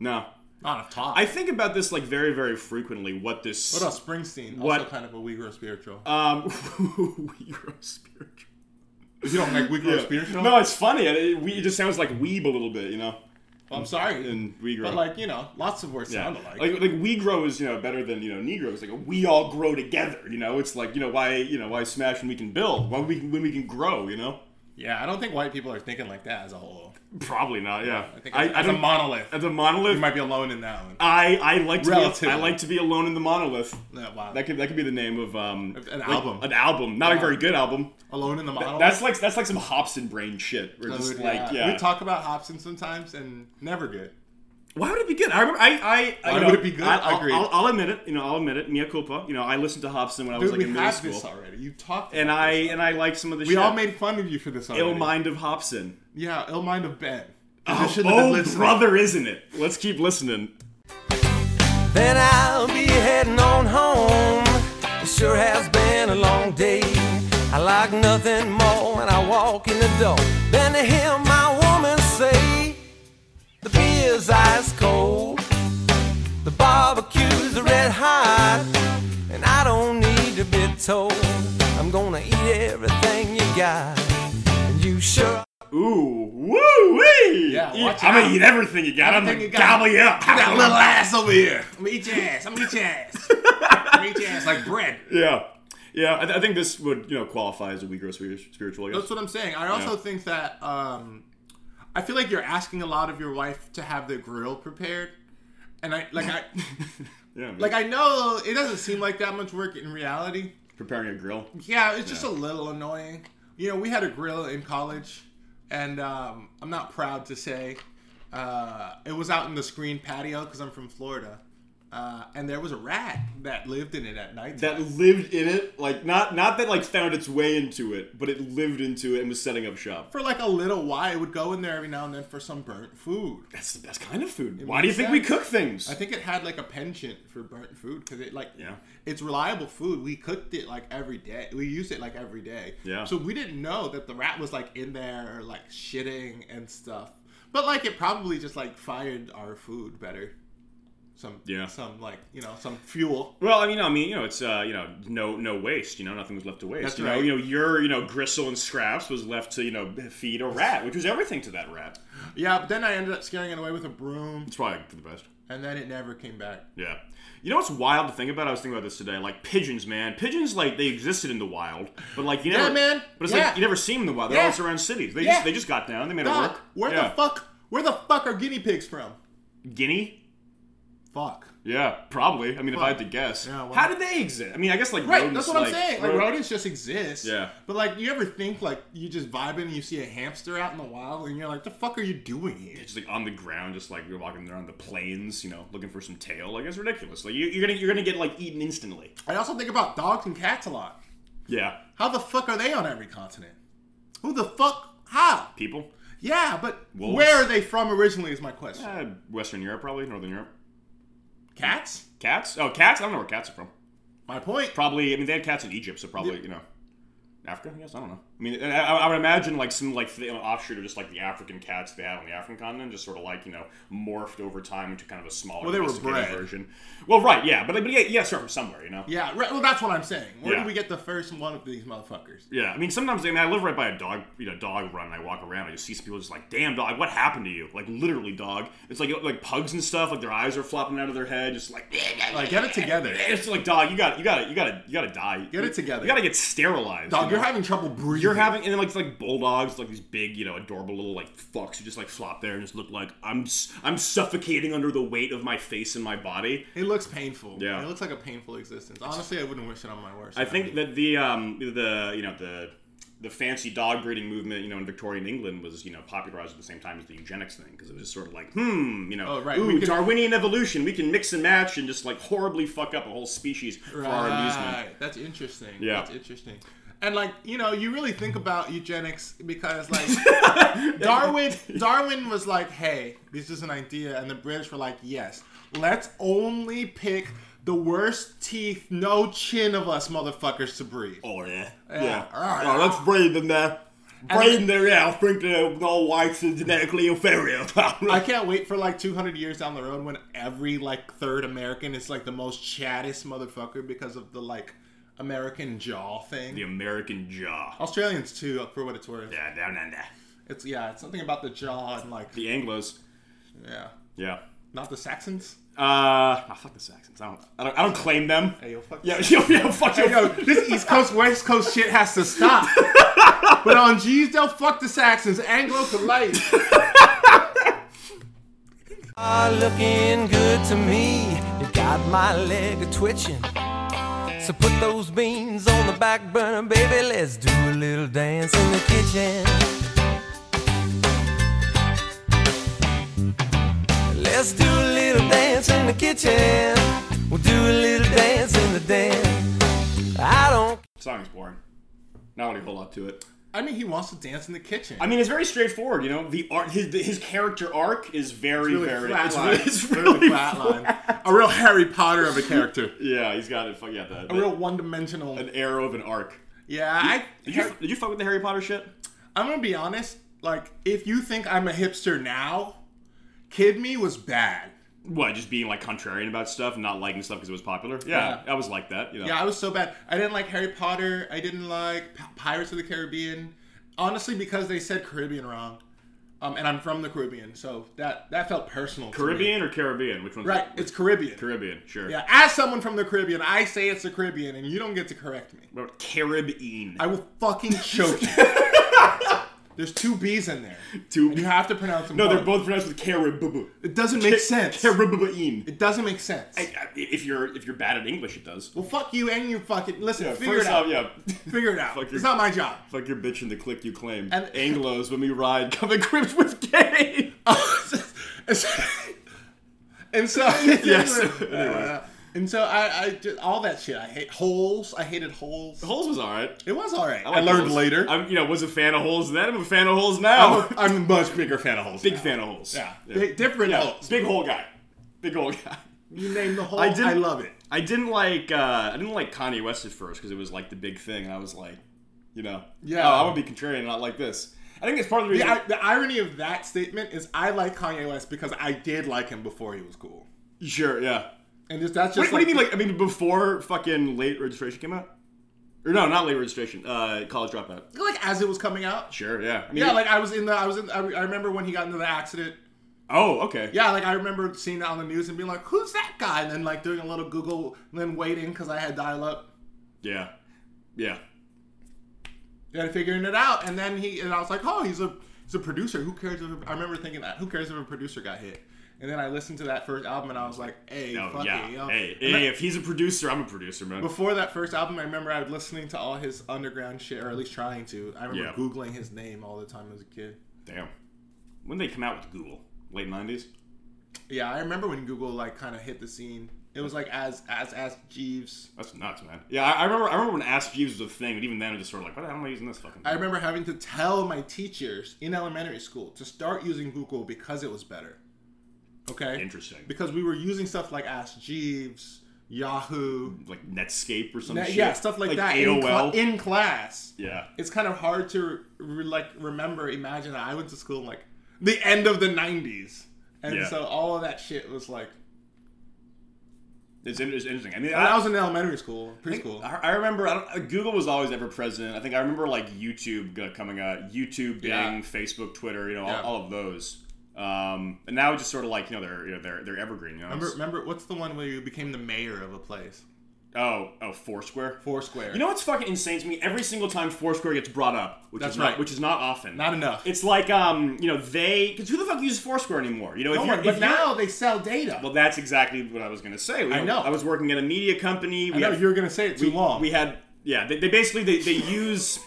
Speaker 2: No,
Speaker 1: Not off top.
Speaker 2: I think about this like very very frequently. What this?
Speaker 1: what about Springsteen? Also
Speaker 2: What-
Speaker 1: kind of a we grow spiritual.
Speaker 2: Um, we grow spiritual.
Speaker 1: you don't like we grow
Speaker 2: Yeah.
Speaker 1: spiritual?
Speaker 2: No, it's funny. It, we, it just sounds like weeb a little bit, you know.
Speaker 1: I'm sorry.
Speaker 2: And we grow.
Speaker 1: but like you know, lots of words
Speaker 2: Yeah.
Speaker 1: sound alike.
Speaker 2: Like, like we grow is you know better than you know Negro is like we all grow together. You know, it's like you know why you know why smash when we can build, why we when we can grow. You know,
Speaker 1: yeah, I don't think white people are thinking like that as a whole.
Speaker 2: probably not. Yeah,
Speaker 1: I think as, as a
Speaker 2: don't-
Speaker 1: monolith,
Speaker 2: as a monolith.
Speaker 1: you might be alone in that one.
Speaker 2: I I like to be,
Speaker 1: Relatively.
Speaker 2: I like to be alone in the monolith.
Speaker 1: Yeah, wow.
Speaker 2: That could that could be the name of um
Speaker 1: An
Speaker 2: like,
Speaker 1: album.
Speaker 2: an album, not a
Speaker 1: Yeah.
Speaker 2: very good album.
Speaker 1: alone in the monolith.
Speaker 2: That's like that's like some Hobson brain shit. We're just
Speaker 1: Dude,
Speaker 2: like yeah.
Speaker 1: We talk about Hobson sometimes and never good.
Speaker 2: Why would it be good? I remember. I. I
Speaker 1: Why
Speaker 2: you know,
Speaker 1: would it be good?
Speaker 2: I, will
Speaker 1: Agreed.
Speaker 2: I'll, I'll admit it. You know, I'll admit it. Mia culpa. You know, I listened to Hobson when I was
Speaker 1: Dude,
Speaker 2: like
Speaker 1: we
Speaker 2: in middle
Speaker 1: had
Speaker 2: school,
Speaker 1: this already. You talked,
Speaker 2: and
Speaker 1: about
Speaker 2: I
Speaker 1: this.
Speaker 2: and I liked some of the
Speaker 1: we
Speaker 2: shit.
Speaker 1: all made fun of you for this already.
Speaker 2: ill mind of Hobson.
Speaker 1: yeah, ill mind of Ben. You
Speaker 2: Oh,
Speaker 1: shouldn't have been
Speaker 2: oh
Speaker 1: listening.
Speaker 2: brother, isn't it? Let's keep listening.
Speaker 4: Then I'll be heading on home. It sure has been a long day. I like nothing more when I walk in the door than to hear my woman say, The beer's ice cold, the barbecue's red hot, and I don't need to be told. I'm gonna eat everything you got, and you sure.
Speaker 2: Ooh, woo wee!
Speaker 1: Yeah,
Speaker 2: Eat-
Speaker 1: watch
Speaker 2: I'm
Speaker 1: out.
Speaker 2: gonna eat everything you got.
Speaker 1: Everything you
Speaker 2: I'm gonna
Speaker 1: got.
Speaker 2: gobble you up.
Speaker 1: I got a little ass over here. I'm gonna eat your ass. I'm gonna eat your ass. I'm gonna eat your ass like bread.
Speaker 2: yeah, yeah. I, th- I think this would you know qualify as a we grow spir- spiritual. I guess.
Speaker 1: That's what I'm saying. I also
Speaker 2: Yeah.
Speaker 1: think that um, I feel like you're asking a lot of your wife to have the grill prepared, and I like I
Speaker 2: yeah, man.
Speaker 1: like I know it doesn't seem like that much work in reality.
Speaker 2: preparing a grill.
Speaker 1: Yeah, it's just a little annoying. You know, we had a grill in college, and um, I'm not proud to say uh, it was out in the screen patio because I'm from Florida, uh, and there was a rat that lived in it at night.
Speaker 2: that lived in it like not not that like found its way into it but it lived into it and was setting up shop
Speaker 1: for like a little while, it would go in there every now and then for some burnt food.
Speaker 2: that's the best kind of food why do you
Speaker 1: makes
Speaker 2: think we
Speaker 1: sense.
Speaker 2: cook things
Speaker 1: I think it had like a penchant for burnt food because it like
Speaker 2: Yeah.
Speaker 1: it's reliable food. We cooked it like every day. We used it like every day.
Speaker 2: Yeah.
Speaker 1: So we didn't know that the rat was like in there like shitting and stuff. But like it probably just like fired our food better. Some
Speaker 2: Yeah.
Speaker 1: Some like you know some fuel.
Speaker 2: well i mean i mean you know it's uh you know no no waste you know nothing was left to waste
Speaker 1: That's
Speaker 2: you know
Speaker 1: right.
Speaker 2: you know your you know gristle and scraps was left to you know feed a rat which was everything to that rat
Speaker 1: Yeah. But then I ended up scaring it away with a broom,
Speaker 2: it's probably for the best
Speaker 1: and then it never came back.
Speaker 2: Yeah. You know what's wild to think about? I was thinking about this today. Like pigeons, man. Pigeons, like they existed in the wild, but like you
Speaker 1: Yeah,
Speaker 2: never,
Speaker 1: man.
Speaker 2: But it's
Speaker 1: Yeah.
Speaker 2: like you never see them in the wild. They're
Speaker 1: Yeah.
Speaker 2: always around cities. They
Speaker 1: Yeah.
Speaker 2: just they just got down. They made it
Speaker 1: Doc,
Speaker 2: work.
Speaker 1: where
Speaker 2: yeah.
Speaker 1: the fuck? Where the fuck are guinea pigs from?
Speaker 2: Guinea.
Speaker 1: Fuck.
Speaker 2: Yeah, probably. I mean, if I had to guess,
Speaker 1: Yeah, well-
Speaker 2: how did they exist? I mean, I guess like
Speaker 1: Right,
Speaker 2: rodents,
Speaker 1: that's what
Speaker 2: like,
Speaker 1: I'm saying. Like
Speaker 2: ro-
Speaker 1: rodents just exist.
Speaker 2: Yeah.
Speaker 1: But like, you ever think like you just vibing and you see a hamster out in the wild and you're like, the fuck are you doing here?
Speaker 2: Just like on the ground, just like you're walking around the plains, you know, looking for some tail. Like it's ridiculous. Like you, you're gonna you're gonna get like eaten instantly.
Speaker 1: I also think about dogs and cats a lot.
Speaker 2: Yeah,
Speaker 1: How the fuck are they on every continent? Who the fuck? How?
Speaker 2: people.
Speaker 1: Yeah, but
Speaker 2: Wolves.
Speaker 1: where are they from originally? Is my question.
Speaker 2: Uh, Western Europe, probably Northern Europe.
Speaker 1: Cats.
Speaker 2: Cats? Oh, cats! I don't know where cats are from.
Speaker 1: My point.
Speaker 2: Probably. I mean, they had cats in Egypt, so probably you know, Africa. I guess I don't know. I mean, I, I I would imagine like some like the offshoot of just like the African cats they had on the African continent, just sort of like you know morphed over time into kind of a smaller,
Speaker 1: Well, they were
Speaker 2: domesticated
Speaker 1: bred.
Speaker 2: version. Well, right, yeah, but but yeah, you gotta start from somewhere, you know.
Speaker 1: Yeah. Right, well, that's what I'm saying. Where
Speaker 2: Yeah.
Speaker 1: do we get the first one of these motherfuckers?
Speaker 2: Yeah, I mean, sometimes I mean, I live right by a dog, you know, dog run. And I walk around, I just see some people just like, "Damn, dog, what happened to you?" Like literally, dog. It's like like pugs and stuff. Like their eyes are flopping out of their head, just like.
Speaker 1: Like, get it together.
Speaker 2: It's like dog, you got, you got, you got to, you got to die.
Speaker 1: Get it together.
Speaker 2: You got to get sterilized.
Speaker 1: Dog,
Speaker 2: you
Speaker 1: you're
Speaker 2: know?
Speaker 1: having trouble breathing.
Speaker 2: You're having, and then like it's like bulldogs, like these big, you know, adorable little like fucks who just like flop there and just look like I'm, s- I'm suffocating under the weight of my face and my body.
Speaker 1: It looks painful.
Speaker 2: Yeah.
Speaker 1: It looks like a painful existence. Honestly, I wouldn't wish it on my worst.
Speaker 2: I think
Speaker 1: enemy.
Speaker 2: that the um the you know the the fancy dog breeding movement you know in Victorian England was you know popularized at the same time as the eugenics thing because it was just sort of like hmm you know
Speaker 1: Oh, right,
Speaker 2: ooh
Speaker 1: we can-
Speaker 2: Darwinian evolution we can mix and match and just like horribly fuck up a whole species for our amusement
Speaker 1: Right, That's interesting.
Speaker 2: Yeah.
Speaker 1: That's interesting. And like you know, you really think about eugenics because like Darwin, Darwin was like, "Hey, this is an idea," and the British were like, "Yes, let's only pick the worst teeth, no chin of us motherfuckers to breed."
Speaker 2: Oh yeah.
Speaker 1: Yeah,
Speaker 2: Yeah.
Speaker 1: alright.
Speaker 2: Oh, let's breathe in there. Breathe in there, yeah. I think they're all whites are genetically inferior.
Speaker 1: I can't wait for like 200 years down the road when every like third American is like the most chattest motherfucker because of the like American jaw thing.
Speaker 2: the American jaw.
Speaker 1: Australians too, for what it's worth.
Speaker 2: Yeah, down under.
Speaker 1: It's yeah, it's something about the jaw and like
Speaker 2: The Anglos.
Speaker 1: yeah,
Speaker 2: Yeah.
Speaker 1: not the Saxons.
Speaker 2: Uh, oh, fuck the Saxons. I don't, I don't, I don't claim them.
Speaker 1: Hey yo, fuck.
Speaker 2: Yeah, yo, yo, fuck
Speaker 1: Hey, yo,
Speaker 2: yo.
Speaker 1: this East Coast West Coast shit has to stop. but on G's, they'll fuck the Saxons, Anglo for life.
Speaker 4: are looking good to me. You got my leg a twitching. So put those beans on the back burner, baby. Let's do a little dance in the kitchen. Let's do a little dance in the kitchen. We'll do a little dance in the den. I don't
Speaker 2: Song's boring. Not really a whole lot to it.
Speaker 1: I mean, he wants to dance in the kitchen.
Speaker 2: I mean, it's very straightforward. You know, the art, his his character arc is very
Speaker 1: really
Speaker 2: very.
Speaker 1: flat
Speaker 2: it's
Speaker 1: line.
Speaker 2: really, it's
Speaker 1: Really
Speaker 2: really
Speaker 1: flat line. A real Harry Potter of a character.
Speaker 2: Yeah, he's got it. Fuck yeah, the,
Speaker 1: A real one-dimensional.
Speaker 2: an arrow of an arc.
Speaker 1: Yeah, I.
Speaker 2: Did you, did you fuck with the Harry Potter shit?
Speaker 1: I'm gonna be honest. Like, if you think I'm a hipster now, Kid Me was bad.
Speaker 2: What, just being like contrarian about stuff, and not liking stuff because it was popular? Yeah, I was like that. You know?
Speaker 1: Yeah, I was so bad. I didn't like Harry Potter. I didn't like P- Pirates of the Caribbean. Honestly, because they said Caribbean wrong, um, and I'm from the Caribbean, so that that felt personal. to me.
Speaker 2: Caribbean or Caribbean? Which one's
Speaker 1: right? It's Caribbean.
Speaker 2: Caribbean, sure.
Speaker 1: Yeah, as someone from the Caribbean, I say it's the Caribbean, and you don't get to correct me.
Speaker 2: What about Caribbean.
Speaker 1: I will fucking choke you. There's two B's in there.
Speaker 2: Two-
Speaker 1: And you have to pronounce them.
Speaker 2: no, they're
Speaker 1: hard.
Speaker 2: both pronounced with Caribbean.
Speaker 1: It doesn't make sense.
Speaker 2: Caribbean.
Speaker 1: It doesn't make sense.
Speaker 2: If you're if you're bad at English, it does.
Speaker 1: Well, fuck you and you fucking listen.
Speaker 2: Yeah,
Speaker 1: figure
Speaker 2: first
Speaker 1: it out.
Speaker 2: off, yeah.
Speaker 1: Figure it out.
Speaker 2: Fuck
Speaker 1: it's
Speaker 2: your-
Speaker 1: not my job.
Speaker 2: Fuck your bitch and the click you claim.
Speaker 1: And-
Speaker 2: Anglos, when we ride, come to grips with gay.
Speaker 1: and so, and so
Speaker 2: Yes.
Speaker 1: Uh, and so I, I just, all that shit. I hate holes. I hated holes.
Speaker 2: Holes was alright.
Speaker 1: It was all right. I,
Speaker 2: like
Speaker 1: learned
Speaker 2: Holes.
Speaker 1: later.
Speaker 2: I'm, you know, was a fan of holes then. I'm a fan of holes
Speaker 1: I'm
Speaker 2: now.
Speaker 1: a, I'm a much bigger fan of holes.
Speaker 2: big
Speaker 1: now.
Speaker 2: fan of holes.
Speaker 1: Yeah. Big- different holes.
Speaker 2: Big hole guy. Big hole guy.
Speaker 1: You name the hole.
Speaker 2: I
Speaker 1: I,
Speaker 2: didn't-
Speaker 1: love it.
Speaker 2: I didn't like uh, I didn't like Kanye West at first because it was like the big thing, and I was like, you know,
Speaker 1: Yeah.
Speaker 2: oh, I would be contrarian and not like this. I think it's part of the
Speaker 1: The,
Speaker 2: reason.
Speaker 1: I, the irony of that statement is I like Kanye West because I did like him before he was cool.
Speaker 2: sure, yeah.
Speaker 1: And just that's
Speaker 2: What,
Speaker 1: just
Speaker 2: what do
Speaker 1: like,
Speaker 2: you mean? Like, I mean, before fucking late registration came out, or no, not late registration. Uh, college dropout.
Speaker 1: like as it was coming out.
Speaker 2: Sure, yeah. I mean,
Speaker 1: Yeah, like I was in the I was in I, I remember when he got into the accident.
Speaker 2: oh, okay.
Speaker 1: Yeah, like I remember seeing that on the news and being like, "Who's that guy?" And then like doing a little Google and then waiting because I had dial up.
Speaker 2: yeah, yeah.
Speaker 1: And figuring it out, and then he and I was like, "Oh, he's a he's a producer. Who cares?" If a, I remember thinking that, "Who cares if a producer got hit?" And then I listened to that first album, and I was like, "Hey,
Speaker 2: No,
Speaker 1: fuck
Speaker 2: yeah.
Speaker 1: it, yo."
Speaker 2: Hey,
Speaker 1: And
Speaker 2: hey,
Speaker 1: then-
Speaker 2: if he's a producer, I'm a producer, man.
Speaker 1: Before that first album, I remember I was listening to all his underground shit, or at least trying to. I remember
Speaker 2: Yeah.
Speaker 1: googling his name all the time as a kid.
Speaker 2: Damn. When did they come out with Google? Late '90s.
Speaker 1: Yeah, I remember when Google like kind of hit the scene. It was like as as as Jeeves.
Speaker 2: That's nuts, man. Yeah, I, I remember. I remember when Ask Jeeves was a thing, but even then, I was just sort of like, why the hell am I using this fucking?
Speaker 1: I remember having to tell my teachers in elementary school to start using Google because it was better. Okay.
Speaker 2: Interesting.
Speaker 1: Because we were using stuff like Ask Jeeves, Yahoo,
Speaker 2: like Netscape or some
Speaker 1: na-
Speaker 2: shit.
Speaker 1: yeah, stuff like, that in, cla-
Speaker 2: AOL.
Speaker 1: in class.
Speaker 2: yeah.
Speaker 1: It's kind of hard to re- like remember. Imagine that I went to school in, like the end of the '90s, and
Speaker 2: Yeah.
Speaker 1: so all of that shit was like.
Speaker 2: It's, in- it's interesting. I mean,
Speaker 1: And I
Speaker 2: I,
Speaker 1: was in elementary school, preschool.
Speaker 2: I I remember I don't, uh, Google was always ever present. I think I remember like YouTube g- coming up, YouTube, Bing,
Speaker 1: Yeah.
Speaker 2: Facebook, Twitter, you know,
Speaker 1: Yeah.
Speaker 2: all, all of those. Um, and now it's just sort of like you know they're you know they're they're evergreen. You know?
Speaker 1: remember,
Speaker 2: It's-
Speaker 1: remember, what's the one where you became the mayor of a place?
Speaker 2: oh oh Foursquare.
Speaker 1: Foursquare.
Speaker 2: You know what's fucking insane to me? Every single time Foursquare gets brought up, which
Speaker 1: That's
Speaker 2: is not,
Speaker 1: right.
Speaker 2: which is not often,
Speaker 1: Not enough.
Speaker 2: It's like um, you know, they because who the fuck uses Foursquare anymore? You know, if
Speaker 1: no
Speaker 2: you're,
Speaker 1: one, but
Speaker 2: if you're-
Speaker 1: now they sell data.
Speaker 2: well, that's exactly what I was gonna say. We-
Speaker 1: I know.
Speaker 2: I was working at a media company. We
Speaker 1: I know
Speaker 2: had-
Speaker 1: you were gonna say it too long.
Speaker 2: We had yeah. They, they basically they, they use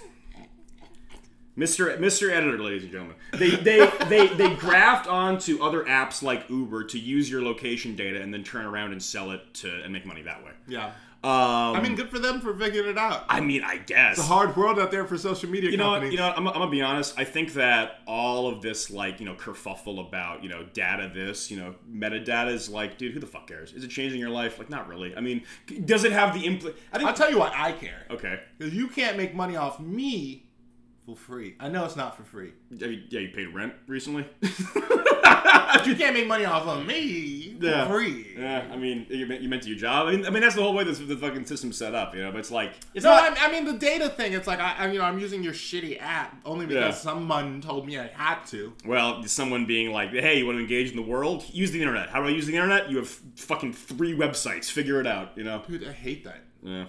Speaker 2: Mr. Mr. Editor, ladies and gentlemen. They they they they graft onto other apps like Uber to use your location data and then turn around and sell it to and make money that way.
Speaker 1: yeah.
Speaker 2: Um,
Speaker 1: I mean, good for them for figuring it out.
Speaker 2: I mean, I guess.
Speaker 1: It's a hard world out there for social media
Speaker 2: you know, what-
Speaker 1: companies.
Speaker 2: you know, what, I'm, I'm gonna be honest. I think that all of this, like, you know, kerfuffle about, you know, data, this, you know, metadata is like, dude, who the fuck cares? Is it changing your life? Like, not really. I mean, c- does it have the impl? I think.
Speaker 1: I'll tell you why I care.
Speaker 2: okay.
Speaker 1: Because you can't make money off me for free. I know it's not for free.
Speaker 2: Yeah, you- yeah, you paid rent recently.
Speaker 1: But you can't make money off of me for
Speaker 2: Yeah.
Speaker 1: free.
Speaker 2: yeah, I mean, you meant, you meant to your job. I mean, I mean, that's the whole way this the fucking system's set up, you know. But it's like, it's
Speaker 1: No,
Speaker 2: not.
Speaker 1: I, I mean the data thing. It's like I, I, you know, I'm using your shitty app only because
Speaker 2: Yeah.
Speaker 1: someone told me I had to.
Speaker 2: Well, someone being like, "Hey, you want to engage in the world? Use the internet." How do I use the internet? You have fucking three websites. Figure it out, you know.
Speaker 1: Dude, I hate that.
Speaker 2: Yeah.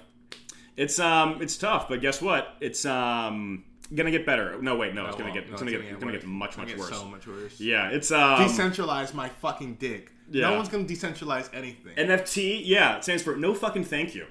Speaker 2: It's um it's tough, but guess what? It's um gonna get better. No wait, no, it's gonna
Speaker 1: well,
Speaker 2: get
Speaker 1: Oh, no,
Speaker 2: it's gonna get, it's gonna
Speaker 1: worse.
Speaker 2: get much much
Speaker 1: It's gonna
Speaker 2: worse.
Speaker 1: get So much worse.
Speaker 2: Yeah, it's um
Speaker 1: Decentralize my fucking dick.
Speaker 2: Yeah.
Speaker 1: No one's gonna decentralize anything.
Speaker 2: NFT, yeah, it stands for no fucking thank you.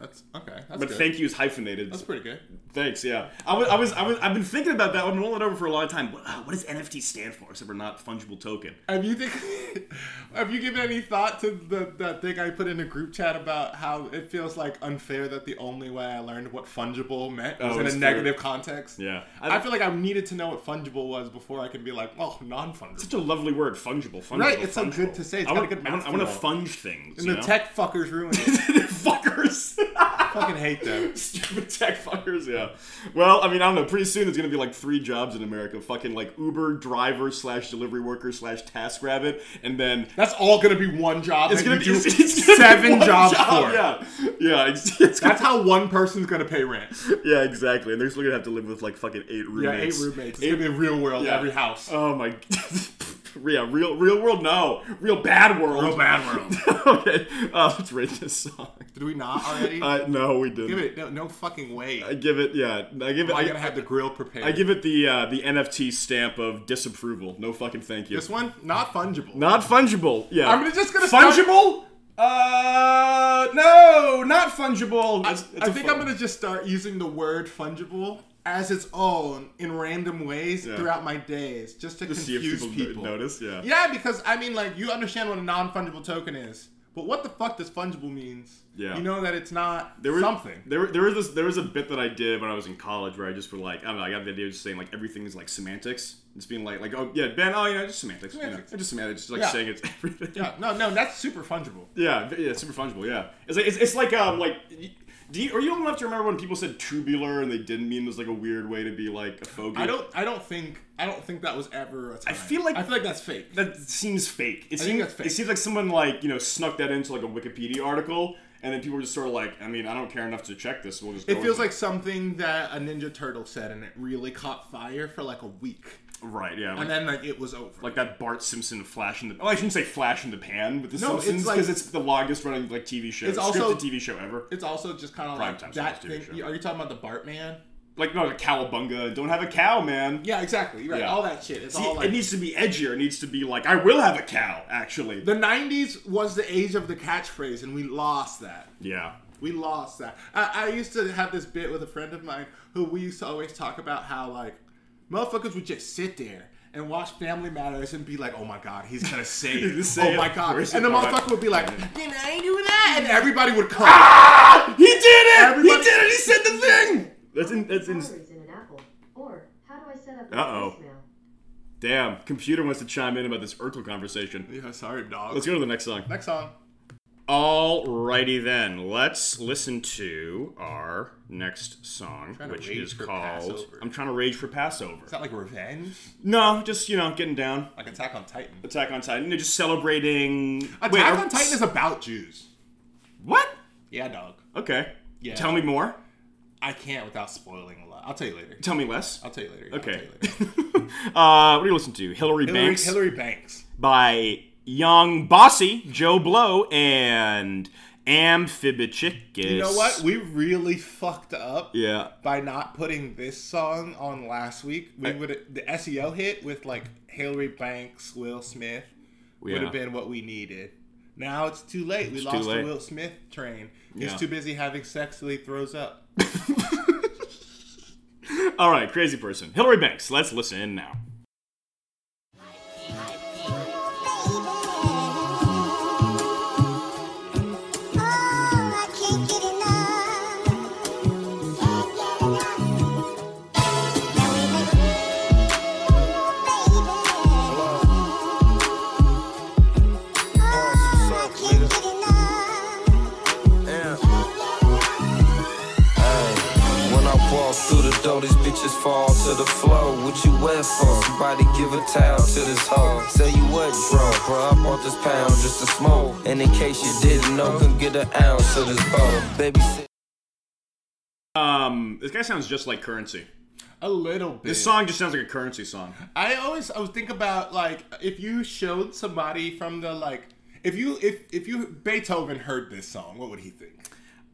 Speaker 1: that's okay. That's
Speaker 2: But
Speaker 1: good.
Speaker 2: thank you is hyphenated.
Speaker 1: That's pretty good.
Speaker 2: Thanks, yeah. I was, I was, I was, I've been thinking about that. I've been rolling it over for a long time. What, uh, what does NFT stand for? Except for not fungible token.
Speaker 1: Have you think? have you given any thought to the that thing I put in a group chat about how it feels like unfair that the only way I learned what fungible meant was
Speaker 2: Oh,
Speaker 1: in a
Speaker 2: it's
Speaker 1: negative
Speaker 2: true.
Speaker 1: context?
Speaker 2: Yeah.
Speaker 1: I, feel like I needed to know what fungible was before I could be like, oh, non-fungible.
Speaker 2: Such a lovely word, fungible. fungible
Speaker 1: Right, it's so
Speaker 2: fungible.
Speaker 1: good to say. It's
Speaker 2: I
Speaker 1: got a
Speaker 2: want,
Speaker 1: good
Speaker 2: I want, I
Speaker 1: mouthful.
Speaker 2: want to funge things.
Speaker 1: And
Speaker 2: you
Speaker 1: the
Speaker 2: know?
Speaker 1: tech fuckers ruined it.
Speaker 2: fuckers.
Speaker 1: I fucking hate them.
Speaker 2: Stupid tech fuckers, yeah. Well, I mean, I don't know. Pretty soon there's gonna be like three jobs in America: fucking like Uber driver slash delivery worker slash TaskRabbit, and then
Speaker 1: That's all gonna be one job.
Speaker 2: it's
Speaker 1: that
Speaker 2: gonna
Speaker 1: you
Speaker 2: be
Speaker 1: do
Speaker 2: it's, it's gonna be
Speaker 1: seven
Speaker 2: one
Speaker 1: jobs
Speaker 2: job,
Speaker 1: for.
Speaker 2: Yeah, yeah, it's, it's
Speaker 1: That's
Speaker 2: gonna,
Speaker 1: how one person's gonna pay rent.
Speaker 2: yeah, exactly. And they're still gonna have to live with like fucking eight
Speaker 1: Yeah,
Speaker 2: roommates.
Speaker 1: eight roommates. It's gonna be real world.
Speaker 2: Yeah.
Speaker 1: Every house.
Speaker 2: Oh my. yeah, real real world. No, real bad world.
Speaker 1: real bad world.
Speaker 2: okay, uh, let's rate this song.
Speaker 1: Did we not already?
Speaker 2: Uh, no, we didn't.
Speaker 1: Give it no, no fucking way.
Speaker 2: I give it. Yeah, I give it.
Speaker 1: Am I
Speaker 2: I-
Speaker 1: gonna have the grill prepared?
Speaker 2: I give it the uh, the NFT stamp of disapproval. No fucking thank you.
Speaker 1: this one not fungible.
Speaker 2: Not fungible. Yeah.
Speaker 1: I'm just gonna start-
Speaker 2: fungible. Uh, no, not fungible.
Speaker 1: I,
Speaker 2: It's- it's
Speaker 1: I
Speaker 2: a
Speaker 1: think
Speaker 2: fun-
Speaker 1: I'm gonna just start using the word fungible as its own in random ways
Speaker 2: Yeah.
Speaker 1: throughout my days, just to
Speaker 2: Just see if
Speaker 1: confuse
Speaker 2: people,
Speaker 1: people.
Speaker 2: no- notice. Yeah.
Speaker 1: Yeah, because I mean, like you understand what a non-fungible token is, but what the fuck does fungible means?
Speaker 2: Yeah.
Speaker 1: you know that it's not
Speaker 2: There was
Speaker 1: something.
Speaker 2: There, were- there was this. There was a bit that I did when I was in college where I just were like, I don't know. I got the idea of just saying like everything is like semantics. Just being like, like, oh yeah, Ben. Oh, you know, just semantics. you know,
Speaker 1: Semantics.
Speaker 2: just semantics. Just like
Speaker 1: Yeah.
Speaker 2: saying it's everything.
Speaker 1: Yeah, no, no, that's super fungible.
Speaker 2: Yeah, v- yeah, super fungible. Yeah, it's like it's, it's like um like. y- Do you, or you don't have to remember when people said tubular and they didn't mean it was like a weird way to be like a phobia.
Speaker 1: I don't, I don't think, I don't think that was ever. A time.
Speaker 2: feel like-
Speaker 1: I feel like that's fake.
Speaker 2: That seems fake. It
Speaker 1: I think
Speaker 2: seems
Speaker 1: that's fake.
Speaker 2: it seems like someone like you know snuck that into like a Wikipedia article, and then people were just sort of like, I mean, I don't care enough to check this. We'll just. go
Speaker 1: It feels
Speaker 2: with
Speaker 1: like something that a Ninja Turtle said, and it really caught fire for like a week,
Speaker 2: right, yeah, like,
Speaker 1: and then like it was over.
Speaker 2: like that Bart Simpson flash in the. Oh, I shouldn't say flash in the pan, but the
Speaker 1: No, it's
Speaker 2: Simpsons
Speaker 1: like-
Speaker 2: because it's, the longest running like TV show.
Speaker 1: It's
Speaker 2: scripted
Speaker 1: also-
Speaker 2: TV show ever.
Speaker 1: it's also just kind of
Speaker 2: Primetime
Speaker 1: like that
Speaker 2: Sunday
Speaker 1: thing.
Speaker 2: TV show.
Speaker 1: Are you talking about the Bartman?
Speaker 2: Like no, like cowabunga. Don't have a cow, man.
Speaker 1: Yeah, exactly. Right,
Speaker 2: Yeah.
Speaker 1: all that shit. It's
Speaker 2: See,
Speaker 1: all like
Speaker 2: it needs to be edgier. It needs to be like, I will have a cow, actually.
Speaker 1: the '90s was the age of the catchphrase, and we lost that.
Speaker 2: yeah.
Speaker 1: We lost that. I, I used to have this bit with a friend of mine who we used to always talk about how like motherfuckers would just sit there and watch Family Matters and be like, "Oh my god, he's gonna say
Speaker 2: He's gonna
Speaker 1: it!
Speaker 2: say
Speaker 1: oh
Speaker 2: it.
Speaker 1: my god!"
Speaker 2: Where's
Speaker 1: And
Speaker 2: it
Speaker 1: the
Speaker 2: going?
Speaker 1: motherfucker would be like, "Did I do that?" And everybody would come. Ah,
Speaker 2: He did it!
Speaker 1: Everybody-
Speaker 2: He did it! He said the thing! That's in. That's in.
Speaker 5: calories in an apple? Or how do I set up
Speaker 2: Uh-oh.
Speaker 5: a voicemail?
Speaker 2: Damn, computer wants to chime in about this Urkel conversation.
Speaker 1: Yeah, sorry, dog.
Speaker 2: Let's go to the next song.
Speaker 1: Next song.
Speaker 2: Alrighty then, let's listen to our next song,
Speaker 1: Trying to
Speaker 2: which
Speaker 1: rage
Speaker 2: is
Speaker 1: for
Speaker 2: called
Speaker 1: Passover.
Speaker 2: "I'm Trying to Rage for Passover."
Speaker 1: It's not like revenge,
Speaker 2: No, just you know, getting down.
Speaker 1: like Attack on Titan.
Speaker 2: Attack on Titan. They're just celebrating.
Speaker 1: Attack
Speaker 2: Wait, are-
Speaker 1: on Titan is about Jews.
Speaker 2: what?
Speaker 1: Yeah, dog.
Speaker 2: Okay.
Speaker 1: Yeah.
Speaker 2: Tell me more.
Speaker 1: I can't without spoiling a lot. I'll tell you later.
Speaker 2: Tell me less.
Speaker 1: I'll tell you later. I'll tell
Speaker 2: Okay.
Speaker 1: you later.
Speaker 2: uh, what do you listen to? Hillary,
Speaker 1: Hillary,
Speaker 2: Banks
Speaker 1: Hillary Banks.
Speaker 2: by Young Bossy, Joe Blow, and Amphibichicus.
Speaker 1: You know what? We really fucked up
Speaker 2: yeah.
Speaker 1: by not putting this song on last week. We would the SEO hit with like Hillary Banks, Will Smith would
Speaker 2: Yeah.
Speaker 1: have been what we needed. Now it's too late. We
Speaker 2: It's too
Speaker 1: lost
Speaker 2: late.
Speaker 1: the Will Smith train. He's
Speaker 2: Yeah.
Speaker 1: too busy having sex till he throws up.
Speaker 2: All right, crazy person. Hillary Banks. Let's listen in now.
Speaker 6: Oh, I can't get
Speaker 4: for? Somebody give a towel to this hoe. Sell you what, bro? Bro, I bought this pound just to smoke. And in case you didn't know, come get an ounce of this bowl. Baby, sit-
Speaker 2: Um, this guy sounds just like Currency.
Speaker 1: A little bit.
Speaker 2: This song just sounds like a Currency song.
Speaker 1: I always I would think about like if you showed somebody from the like if you if if you Beethoven heard this song, what would he think?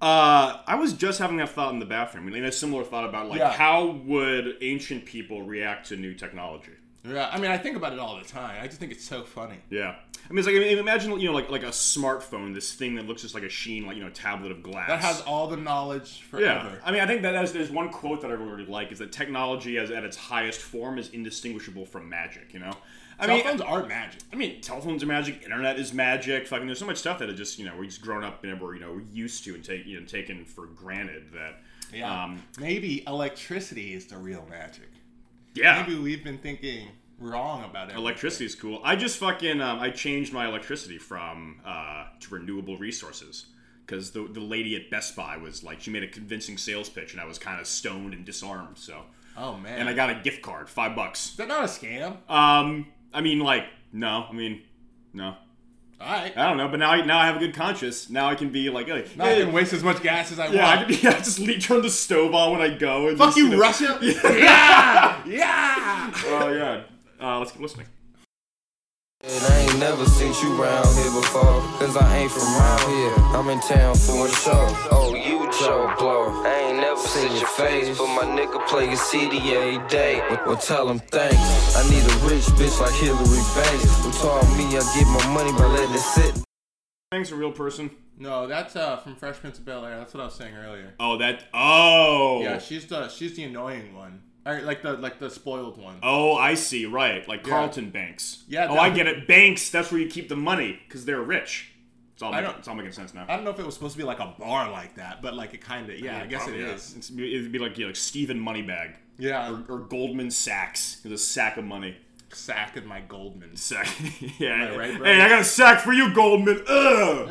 Speaker 2: Uh, I was just having that thought in the bathroom. We had a similar thought about like
Speaker 1: Yeah.
Speaker 2: how would ancient people react to new technology.
Speaker 1: Yeah, I mean I think about it all the time. I just think it's so funny.
Speaker 2: Yeah, I mean, it's like I mean, imagine you know like like a smartphone, this thing that looks just like a sheen, like you know, tablet of glass
Speaker 1: That has all the knowledge
Speaker 2: Yeah,
Speaker 1: forever.
Speaker 2: I mean, I think that that's, there's one quote that I really like is that technology, as at its highest form, is indistinguishable from magic. You know, I
Speaker 1: Cell
Speaker 2: mean,
Speaker 1: phones are magic.
Speaker 2: I mean, telephones are magic, internet is magic. Fucking, there's so much stuff that it just you know we're just grown up and we're you know we're used to and take you know taken for granted that.
Speaker 1: Yeah.
Speaker 2: Um,
Speaker 1: maybe electricity is the real magic.
Speaker 2: yeah.
Speaker 1: Maybe we've been thinking wrong about it.
Speaker 2: Electricity is cool. I just fucking um, I changed my electricity from uh, to renewable resources because the the lady at Best Buy was like she made a convincing sales pitch and I was kind of stoned and disarmed. So
Speaker 1: Oh man.
Speaker 2: and I got a gift card, five bucks.
Speaker 1: Is that not a scam?
Speaker 2: Um, I mean like no, I mean
Speaker 1: all
Speaker 2: no,
Speaker 1: right.
Speaker 2: I don't know. But now I, now I have a good conscience. Now I can be like, hey,
Speaker 1: Now I can waste as much gas as I
Speaker 2: yeah, I
Speaker 1: want.
Speaker 2: can, yeah, just leave, turn the stove on when I go. And
Speaker 1: Fuck
Speaker 2: just,
Speaker 1: you,
Speaker 2: know-
Speaker 1: Russia. yeah. Yeah.
Speaker 2: Oh yeah. Uh, let's keep listening.
Speaker 4: And I ain't never seen you round here before. Cause I ain't from round here. I'm in town for a show. Oh, you Joe Blow. I ain't never seen your face. But my nigga play your CD every day. Well, well, tell him thanks. I need a rich bitch like Hillary Banks. Who taught me I get my money by letting it sit.
Speaker 2: Thanks, a real person.
Speaker 1: No, that's uh, from Fresh Prince of Bel Air. That's what I was saying earlier.
Speaker 2: Oh, that. Oh.
Speaker 1: Yeah, she's the she's the annoying one, or like the like the spoiled one.
Speaker 2: Oh, I see. Right, like Carlton Banks.
Speaker 1: Yeah,
Speaker 2: Oh,
Speaker 1: that-
Speaker 2: I get it. Banks. That's where you keep the money because they're rich. It's all.
Speaker 1: I
Speaker 2: Making,
Speaker 1: don't-
Speaker 2: it's all making sense now.
Speaker 1: I don't know if it was supposed to be like a bar like that, but like it kind of yeah, I guess it
Speaker 2: Probably, yeah.
Speaker 1: is.
Speaker 2: It's, it'd be like you know, like Stephen Moneybag
Speaker 1: yeah.
Speaker 2: or, or Goldman Sachs. It's a sack of money.
Speaker 1: sack in my Goldman.
Speaker 2: Sack. yeah.
Speaker 1: I right,
Speaker 2: hey,
Speaker 1: brother?
Speaker 2: I got a sack for you, Goldman. Ugh.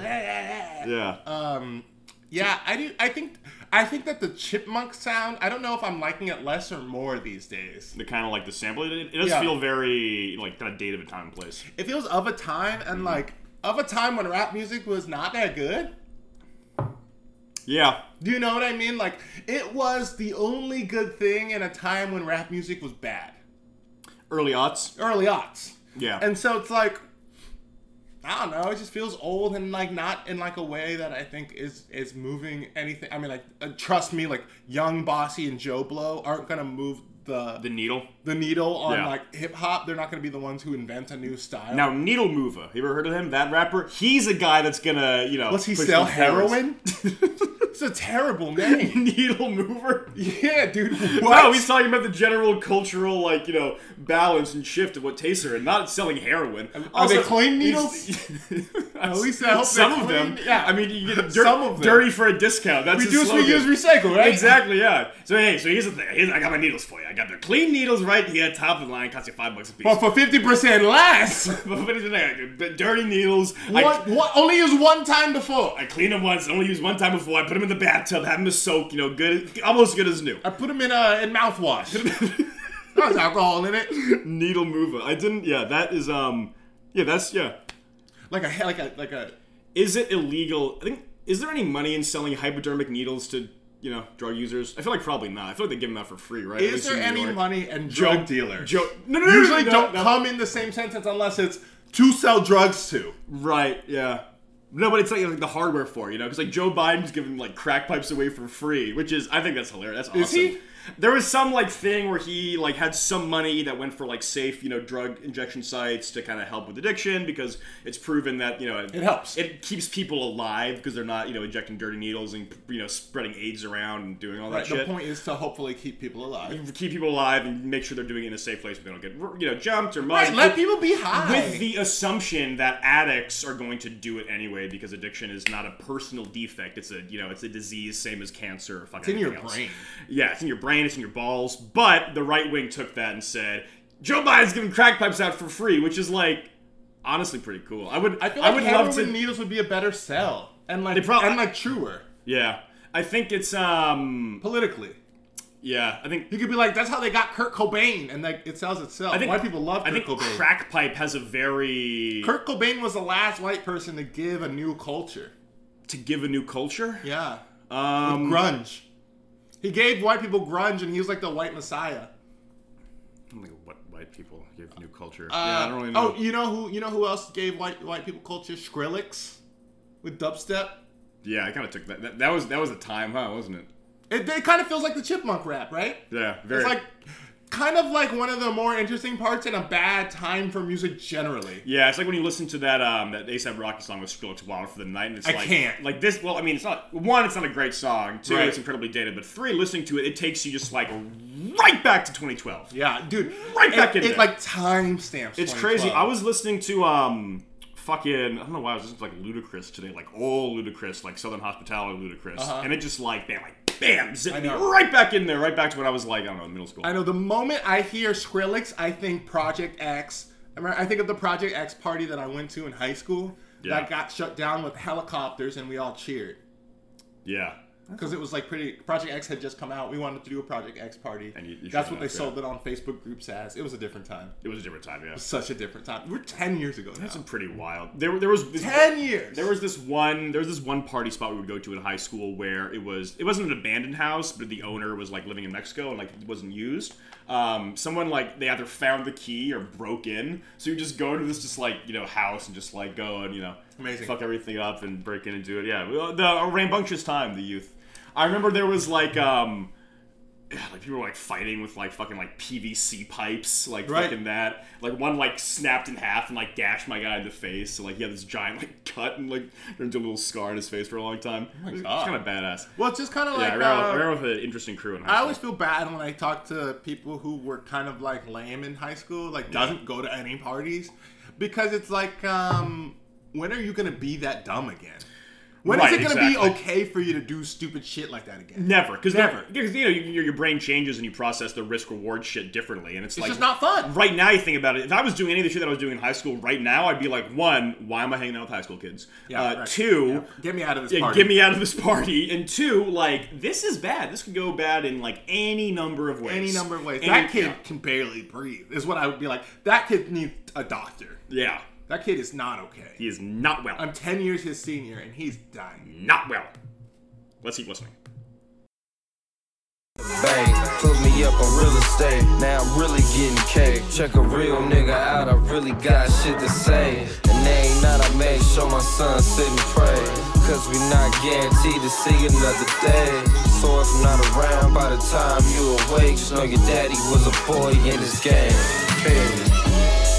Speaker 2: Yeah.
Speaker 1: Um, yeah, I do. I think I think that the chipmunk sound. I don't know if I'm liking it less or more these days.
Speaker 2: the kind of like the sample. It, it does
Speaker 1: Yeah.
Speaker 2: feel very like kind of date of a time and place.
Speaker 1: It feels of a time
Speaker 2: Mm-hmm.
Speaker 1: and like of a time when rap music was not that good.
Speaker 2: Yeah.
Speaker 1: Do you know what I mean? Like it was the only good thing in a time when rap music was bad.
Speaker 2: Early aughts.
Speaker 1: early aughts.
Speaker 2: Yeah.
Speaker 1: And so it's like, I don't know. It just feels old and like not in like a way that I think is is moving anything. I mean, like uh, trust me, like young Bossy and Joe Blow aren't gonna move the
Speaker 2: The
Speaker 1: the,
Speaker 2: needle.
Speaker 1: needle on
Speaker 2: Yeah.
Speaker 1: like hip hop. They're not gonna be the ones who invent a new style.
Speaker 2: Now, Needle Mover. You ever heard of him? That rapper? He's a guy that's gonna, you know.
Speaker 1: Does he
Speaker 2: push
Speaker 1: sell
Speaker 2: them forwards.
Speaker 1: heroin? it's a terrible name.
Speaker 2: Needle Mover?
Speaker 1: yeah, dude. What?
Speaker 2: Wow, he's talking about the general cultural, like, you know, balance and shift of what tastes are and not selling heroin.
Speaker 1: Are they
Speaker 2: Also,
Speaker 1: clean
Speaker 2: he's-
Speaker 1: At least I hope
Speaker 2: Some
Speaker 1: they're
Speaker 2: of them.
Speaker 1: clean.
Speaker 2: Yeah.
Speaker 1: Yeah.
Speaker 2: I mean, you get dirt,
Speaker 1: Some of them.
Speaker 2: dirty for a discount. That's his
Speaker 1: reduce,
Speaker 2: slogan.
Speaker 1: reuse, recycle, right?
Speaker 2: Exactly, yeah. So hey, so here's the thing. Here's, I got my needles for you. I got the clean needles right here, top of the line, cost you five bucks a piece.
Speaker 1: But for fifty percent less.
Speaker 2: But what is it? I got the dirty needles.
Speaker 1: What?
Speaker 2: I,
Speaker 1: What? Only used one time before.
Speaker 2: I clean them once. I only use one time before. I put them in the bathtub, have them a soak. You know, good, almost good as new.
Speaker 1: I put them in uh, in mouthwash. There's alcohol in it.
Speaker 2: Needle mover. I didn't. Yeah, that is. Um. Yeah, that's yeah.
Speaker 1: Like a like a like a.
Speaker 2: Is it illegal? I think. Is there any money in selling hypodermic needles to you know drug users? I feel like probably not. I feel like they give them out for free, right? At
Speaker 1: Is
Speaker 2: least
Speaker 1: there
Speaker 2: in
Speaker 1: any
Speaker 2: New York.
Speaker 1: money and
Speaker 2: Joe-
Speaker 1: drug dealer?
Speaker 2: Joe, no, no, no, no,
Speaker 1: Usually
Speaker 2: no,
Speaker 1: don't
Speaker 2: no.
Speaker 1: come in the same sentence unless it's to sell drugs to.
Speaker 2: Right, yeah. No, but it's like, like the hardware for, it, you know, because like Joe Biden's giving like crack pipes away for free, which is I think that's hilarious. That's awesome.
Speaker 1: Is he?
Speaker 2: There was some like thing where he like had some money that went for like safe, you know, drug injection sites to kind of help with addiction because it's proven that you know it,
Speaker 1: helps.
Speaker 2: It keeps people alive because they're not you know injecting dirty needles and you know spreading AIDS around and doing all that
Speaker 1: Right,
Speaker 2: shit
Speaker 1: the point is to hopefully keep people alive.
Speaker 2: keep people alive and make sure they're doing it in a safe place where they don't get you know jumped or mugged.
Speaker 1: Right, let
Speaker 2: But-
Speaker 1: people be high.
Speaker 2: with the assumption that addicts are going to do it anyway because addiction is not a personal defect. It's a you know it's a disease, same as cancer or fucking. It's
Speaker 1: in your brain.
Speaker 2: Yeah, it's in your brain. It's in your balls. But the right wing took that and said Joe Biden's giving crack pipes out for free, which is like honestly pretty cool. I would
Speaker 1: I feel
Speaker 2: I
Speaker 1: like
Speaker 2: would
Speaker 1: heroin
Speaker 2: love to.
Speaker 1: needles would be a better sell and like
Speaker 2: They prob-
Speaker 1: and like truer
Speaker 2: yeah, I think it's um
Speaker 1: politically.
Speaker 2: Yeah, I think
Speaker 1: You could be like, that's how they got Kurt Cobain, and like it sells itself.
Speaker 2: I think
Speaker 1: white people love Kurt
Speaker 2: I think
Speaker 1: Cobain.
Speaker 2: crack pipe has a very
Speaker 1: Kurt Cobain was the last white person to give a new culture.
Speaker 2: to give a new culture.
Speaker 1: Yeah,
Speaker 2: Um,
Speaker 1: grunge. He gave white people grunge, and he was like the white messiah.
Speaker 2: I'm like, what white people give new culture?
Speaker 1: Uh,
Speaker 2: yeah, I don't really know.
Speaker 1: Oh, you know who? You know who else gave white white people culture? Skrillex with dubstep.
Speaker 2: yeah, I kind of took that. that. That was that was a time, huh? Wasn't it?
Speaker 1: It, it kind of feels like the chipmunk rap, right?
Speaker 2: Yeah, very.
Speaker 1: It's like kind of like one of the more interesting parts and a bad time for music generally.
Speaker 2: Yeah, it's like when you listen to that um that ASAP Rocky song with Skrillex Wild for the night, and it's
Speaker 1: I
Speaker 2: like
Speaker 1: can't.
Speaker 2: like this. Well, I mean, it's not one, it's not a great song. Two,
Speaker 1: Right.
Speaker 2: it's incredibly dated. But three, listening to it, it takes you just like right back to 2012.
Speaker 1: Yeah, dude.
Speaker 2: Right
Speaker 1: it,
Speaker 2: back in
Speaker 1: It
Speaker 2: there.
Speaker 1: like time stamps.
Speaker 2: It's crazy.
Speaker 1: 2012.
Speaker 2: I was listening to um fucking I don't know why I was listening to like Ludacris today, like old Ludacris, like Southern Hospitality Ludacris, and it just like bam, like bam,
Speaker 1: Uh-huh. I
Speaker 2: zipped me
Speaker 1: know.
Speaker 2: right back in there, right back to when I was like I don't know middle school.
Speaker 1: I know the moment I hear Skrillex, I think Project X. I remember- I think of the Project X party that I went to in high school
Speaker 2: Yeah.
Speaker 1: that got shut down with helicopters and we all cheered.
Speaker 2: Yeah,
Speaker 1: Because it was like pretty. Project X had just come out. We wanted to do a Project X party.
Speaker 2: And you- you
Speaker 1: That's
Speaker 2: showed
Speaker 1: what they
Speaker 2: up, yeah.
Speaker 1: sold it on Facebook groups as. It was a different time.
Speaker 2: it was a different time. Yeah,
Speaker 1: Such a different time. We're 10 years ago now.
Speaker 2: it's pretty wild. There, there was this,
Speaker 1: 10 years!
Speaker 2: There was this one. There was this one party spot we would go to in high school where it was. It wasn't an abandoned house, but the owner was like living in Mexico and like it wasn't used. Um, someone like they either found the key or broke in. So you just go into this just like you know house and just like go and you know
Speaker 1: Amazing.
Speaker 2: fuck everything up and break in and do it. Yeah, well, the a rambunctious time the youth. I remember there was like um. God, like people were like fighting with like fucking like PVC pipes, like
Speaker 1: Right.
Speaker 2: fucking that. Like one like snapped in half and like gashed my guy in the face. So like he had this giant like cut and like turned into a little scar on his face for a long time. it was
Speaker 1: Oh God.
Speaker 2: kind of badass.
Speaker 1: well, it's just kind of
Speaker 2: yeah,
Speaker 1: like.
Speaker 2: I ran, with,
Speaker 1: uh,
Speaker 2: I ran with an interesting crew in high
Speaker 1: I
Speaker 2: school.
Speaker 1: always feel bad when I talk to people who were kind of like lame in high school, like doesn't go to any parties, because it's like, um, when are you gonna be that dumb again? When is
Speaker 2: Right,
Speaker 1: it gonna
Speaker 2: exactly.
Speaker 1: be okay for you to do stupid shit like that again?
Speaker 2: never, because
Speaker 1: Never.
Speaker 2: because you know your, your brain changes and you process the risk reward shit differently, and it's,
Speaker 1: It's
Speaker 2: like
Speaker 1: just not fun.
Speaker 2: Right now, you think about it. If I was doing any of the shit that I was doing in high school right now, I'd be like, one, why am I hanging out with high school kids?
Speaker 1: Yeah,
Speaker 2: uh,
Speaker 1: right.
Speaker 2: Two,
Speaker 1: Yeah. Get me out of this
Speaker 2: Yeah,
Speaker 1: party.
Speaker 2: get me out of this party. And two, like this is bad. This could go bad in like any number of ways.
Speaker 1: any number of ways.
Speaker 2: Any-
Speaker 1: that kid
Speaker 2: yeah.
Speaker 1: can barely breathe. Is what I would be like. That kid needs a doctor.
Speaker 2: Yeah,
Speaker 1: That kid is not okay.
Speaker 2: he is not well.
Speaker 1: I'm ten years his senior, and he's dying.
Speaker 2: not well. Let's keep listening.
Speaker 4: Bang, put me up on real estate. Now I'm really getting cake. Check a real nigga out, I really got shit to say. And they ain't none I make, show my son sit and pray. Cause we not guaranteed to see another day. So if I'm not around by the time you awake, just know your daddy was a boy in this game. Period.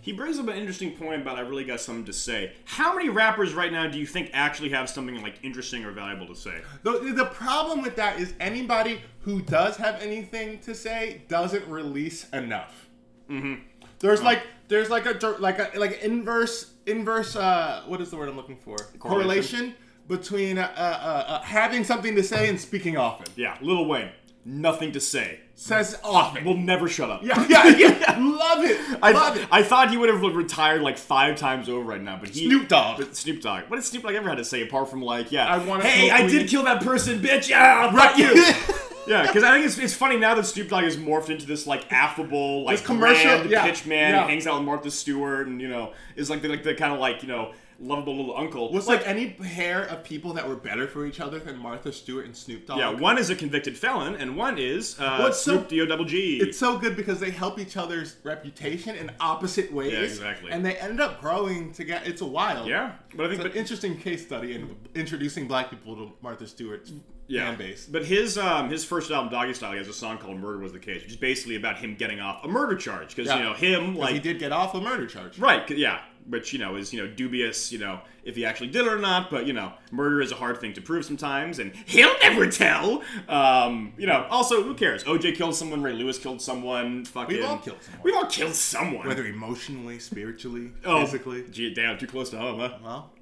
Speaker 2: He brings up an interesting point about I really got something to say. How many rappers right now do you think actually have something like interesting or valuable to say?
Speaker 1: The, the problem with that is anybody who does have anything to say doesn't release enough.
Speaker 2: Mm-hmm.
Speaker 1: There's
Speaker 2: Oh.
Speaker 1: like there's like a dir- like a like an inverse inverse uh, what is the word I'm looking for correlation, between uh, uh, uh, having something to say and speaking often.
Speaker 2: Yeah, Lil Wayne, nothing to say.
Speaker 1: Says often.
Speaker 2: Will never shut up.
Speaker 1: yeah, yeah, yeah. love it.
Speaker 2: I,
Speaker 1: love it.
Speaker 2: I thought he would have retired like five times over right now, but he
Speaker 1: Snoop Dogg.
Speaker 2: But Snoop Dogg. What did Snoop Dogg ever had to say apart from like, yeah,
Speaker 1: I wanna
Speaker 2: hey,
Speaker 1: smoke
Speaker 2: I
Speaker 1: weed.
Speaker 2: did kill that person, bitch. Yeah, fuck
Speaker 1: Right.
Speaker 2: you. yeah, because I think it's, it's funny now that Snoop Dogg has morphed into this like affable, like
Speaker 1: This commercial-
Speaker 2: grand
Speaker 1: yeah,
Speaker 2: pitch man,
Speaker 1: yeah.
Speaker 2: who hangs out with Martha Stewart, and you know is like the like the kind of like you know lovable little uncle.
Speaker 1: Was like any pair of people that were better for each other than Martha Stewart and Snoop Dogg?
Speaker 2: yeah, one is a convicted felon, and one is uh,
Speaker 1: What's so-
Speaker 2: Snoop D-O double G.
Speaker 1: It's so good because they help each other's reputation in opposite ways.
Speaker 2: Yeah, exactly.
Speaker 1: And they end up growing together. It's a wild.
Speaker 2: yeah, but I think
Speaker 1: It's an
Speaker 2: but
Speaker 1: interesting case study in introducing black people to Martha Stewart's fan base.
Speaker 2: But his um, his first album, Doggy Style, he has a song called "Murder Was the Case," which is basically about him getting off a murder charge because
Speaker 1: Yeah.
Speaker 2: you know him
Speaker 1: 'Cause
Speaker 2: like
Speaker 1: he did get off a murder charge.
Speaker 2: right, 'cause- yeah, which you know is you know dubious, you know if he actually did it or not. But you know, murder is a hard thing to prove sometimes, and he'll never tell. Um, you know, also who cares? OJ killed someone, Ray Lewis killed someone. Fucking,
Speaker 1: all killed someone.
Speaker 2: We've all killed someone.
Speaker 1: Whether emotionally, spiritually,
Speaker 2: Oh,
Speaker 1: physically.
Speaker 2: gee, damn, too close to home, huh?
Speaker 1: Well,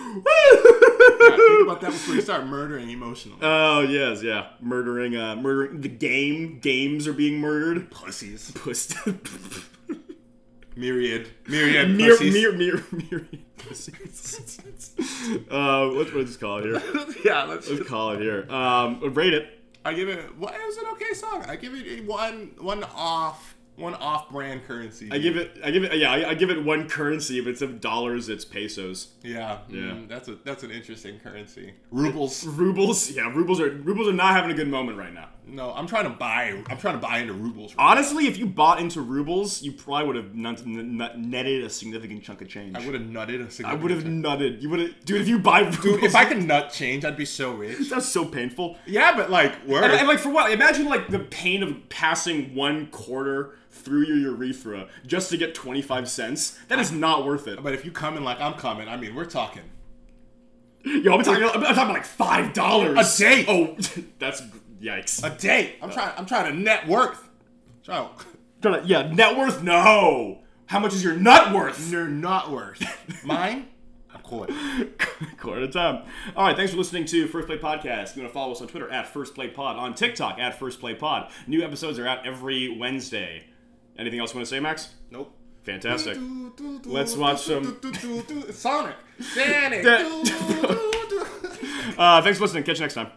Speaker 2: Woo!
Speaker 1: think about that before you start murdering emotionally.
Speaker 2: Oh yes, yeah. Murdering, uh, murdering the game. Games are being murdered.
Speaker 1: pussies.
Speaker 2: Puss.
Speaker 1: Myriad. Myriad.
Speaker 2: Mir,
Speaker 1: pussies.
Speaker 2: mir, mir, mir. pussies. uh, let's what is this call it here?
Speaker 1: yeah, let's.
Speaker 2: Let's call it here. Um, rate it.
Speaker 1: I give it. Well, it was an okay song. I give it a one one off one off brand currency.
Speaker 2: I give it, I give it, yeah, I, I give it one currency. If it's of dollars, it's pesos.
Speaker 1: Yeah,
Speaker 2: Yeah.
Speaker 1: mm, that's a that's an interesting currency. Rubles.
Speaker 2: Rubles, yeah, rubles are rubles are not having a good moment right now.
Speaker 1: No, I'm trying to buy. I'm trying to buy into rubles. right
Speaker 2: Honestly, if you bought into rubles, you probably would have nut, n- n- netted a significant chunk of change.
Speaker 1: now. I would have nutted a
Speaker 2: I would have
Speaker 1: significant-
Speaker 2: nutted. You would have, dude. If you buy rubles,
Speaker 1: Dude, if I could nut change, I'd be so rich.
Speaker 2: that's so painful.
Speaker 1: Yeah, but like, word.
Speaker 2: And, and, like for what? Imagine like the pain of passing one quarter through your urethra just to get twenty five cents. That is not worth it.
Speaker 1: but if you coming like I'm coming, I mean, we're talking.
Speaker 2: Yo, I'm talking. I'm talking like five dollars
Speaker 1: A day.
Speaker 2: Oh, that's yikes.
Speaker 1: a date. I'm trying. I'm trying to net worth. Trying
Speaker 2: Tryna- yeah, net worth? No. How much is your nut worth?
Speaker 1: you're not worth mine. I'm quarter.
Speaker 2: Quarter of time. All right, thanks for listening to First Play Podcast. You want to follow us on Twitter at First Play Pod, on TikTok at First Play Pod. New episodes are out every Wednesday. Anything else you want to say, Max?
Speaker 1: Nope.
Speaker 2: Fantastic. Let's watch some-
Speaker 1: Sonic. Sonic.
Speaker 2: That- Uh, thanks for listening. Catch you next time.